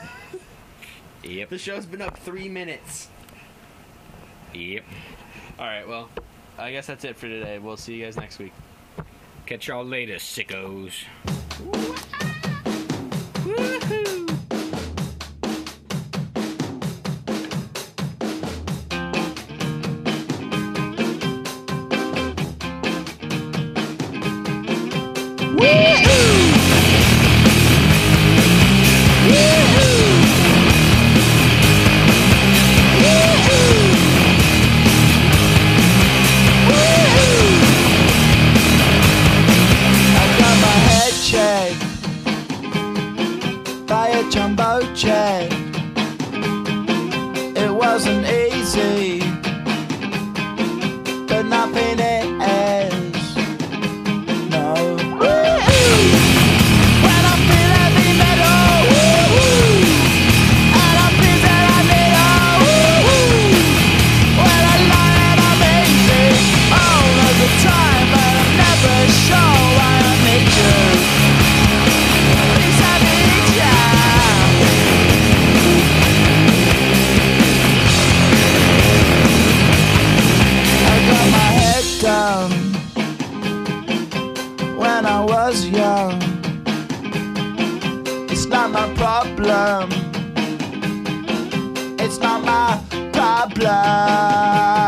Speaker 2: Yep,
Speaker 3: the show's been up three minutes.
Speaker 2: yep.
Speaker 3: All right, well, I guess that's it for today. We'll see you guys next week.
Speaker 2: Catch y'all later, sickos.
Speaker 7: I got my head shaved by a jumbo jet. It wasn't easy, but nothing is. No. When I feel heavy metal, and I feel that I need all. When I lie and I'm easy all of the time, but I'm never sure why I need you. Please I need you. I got my head down when I was young. It's not my problem. It's not my problem.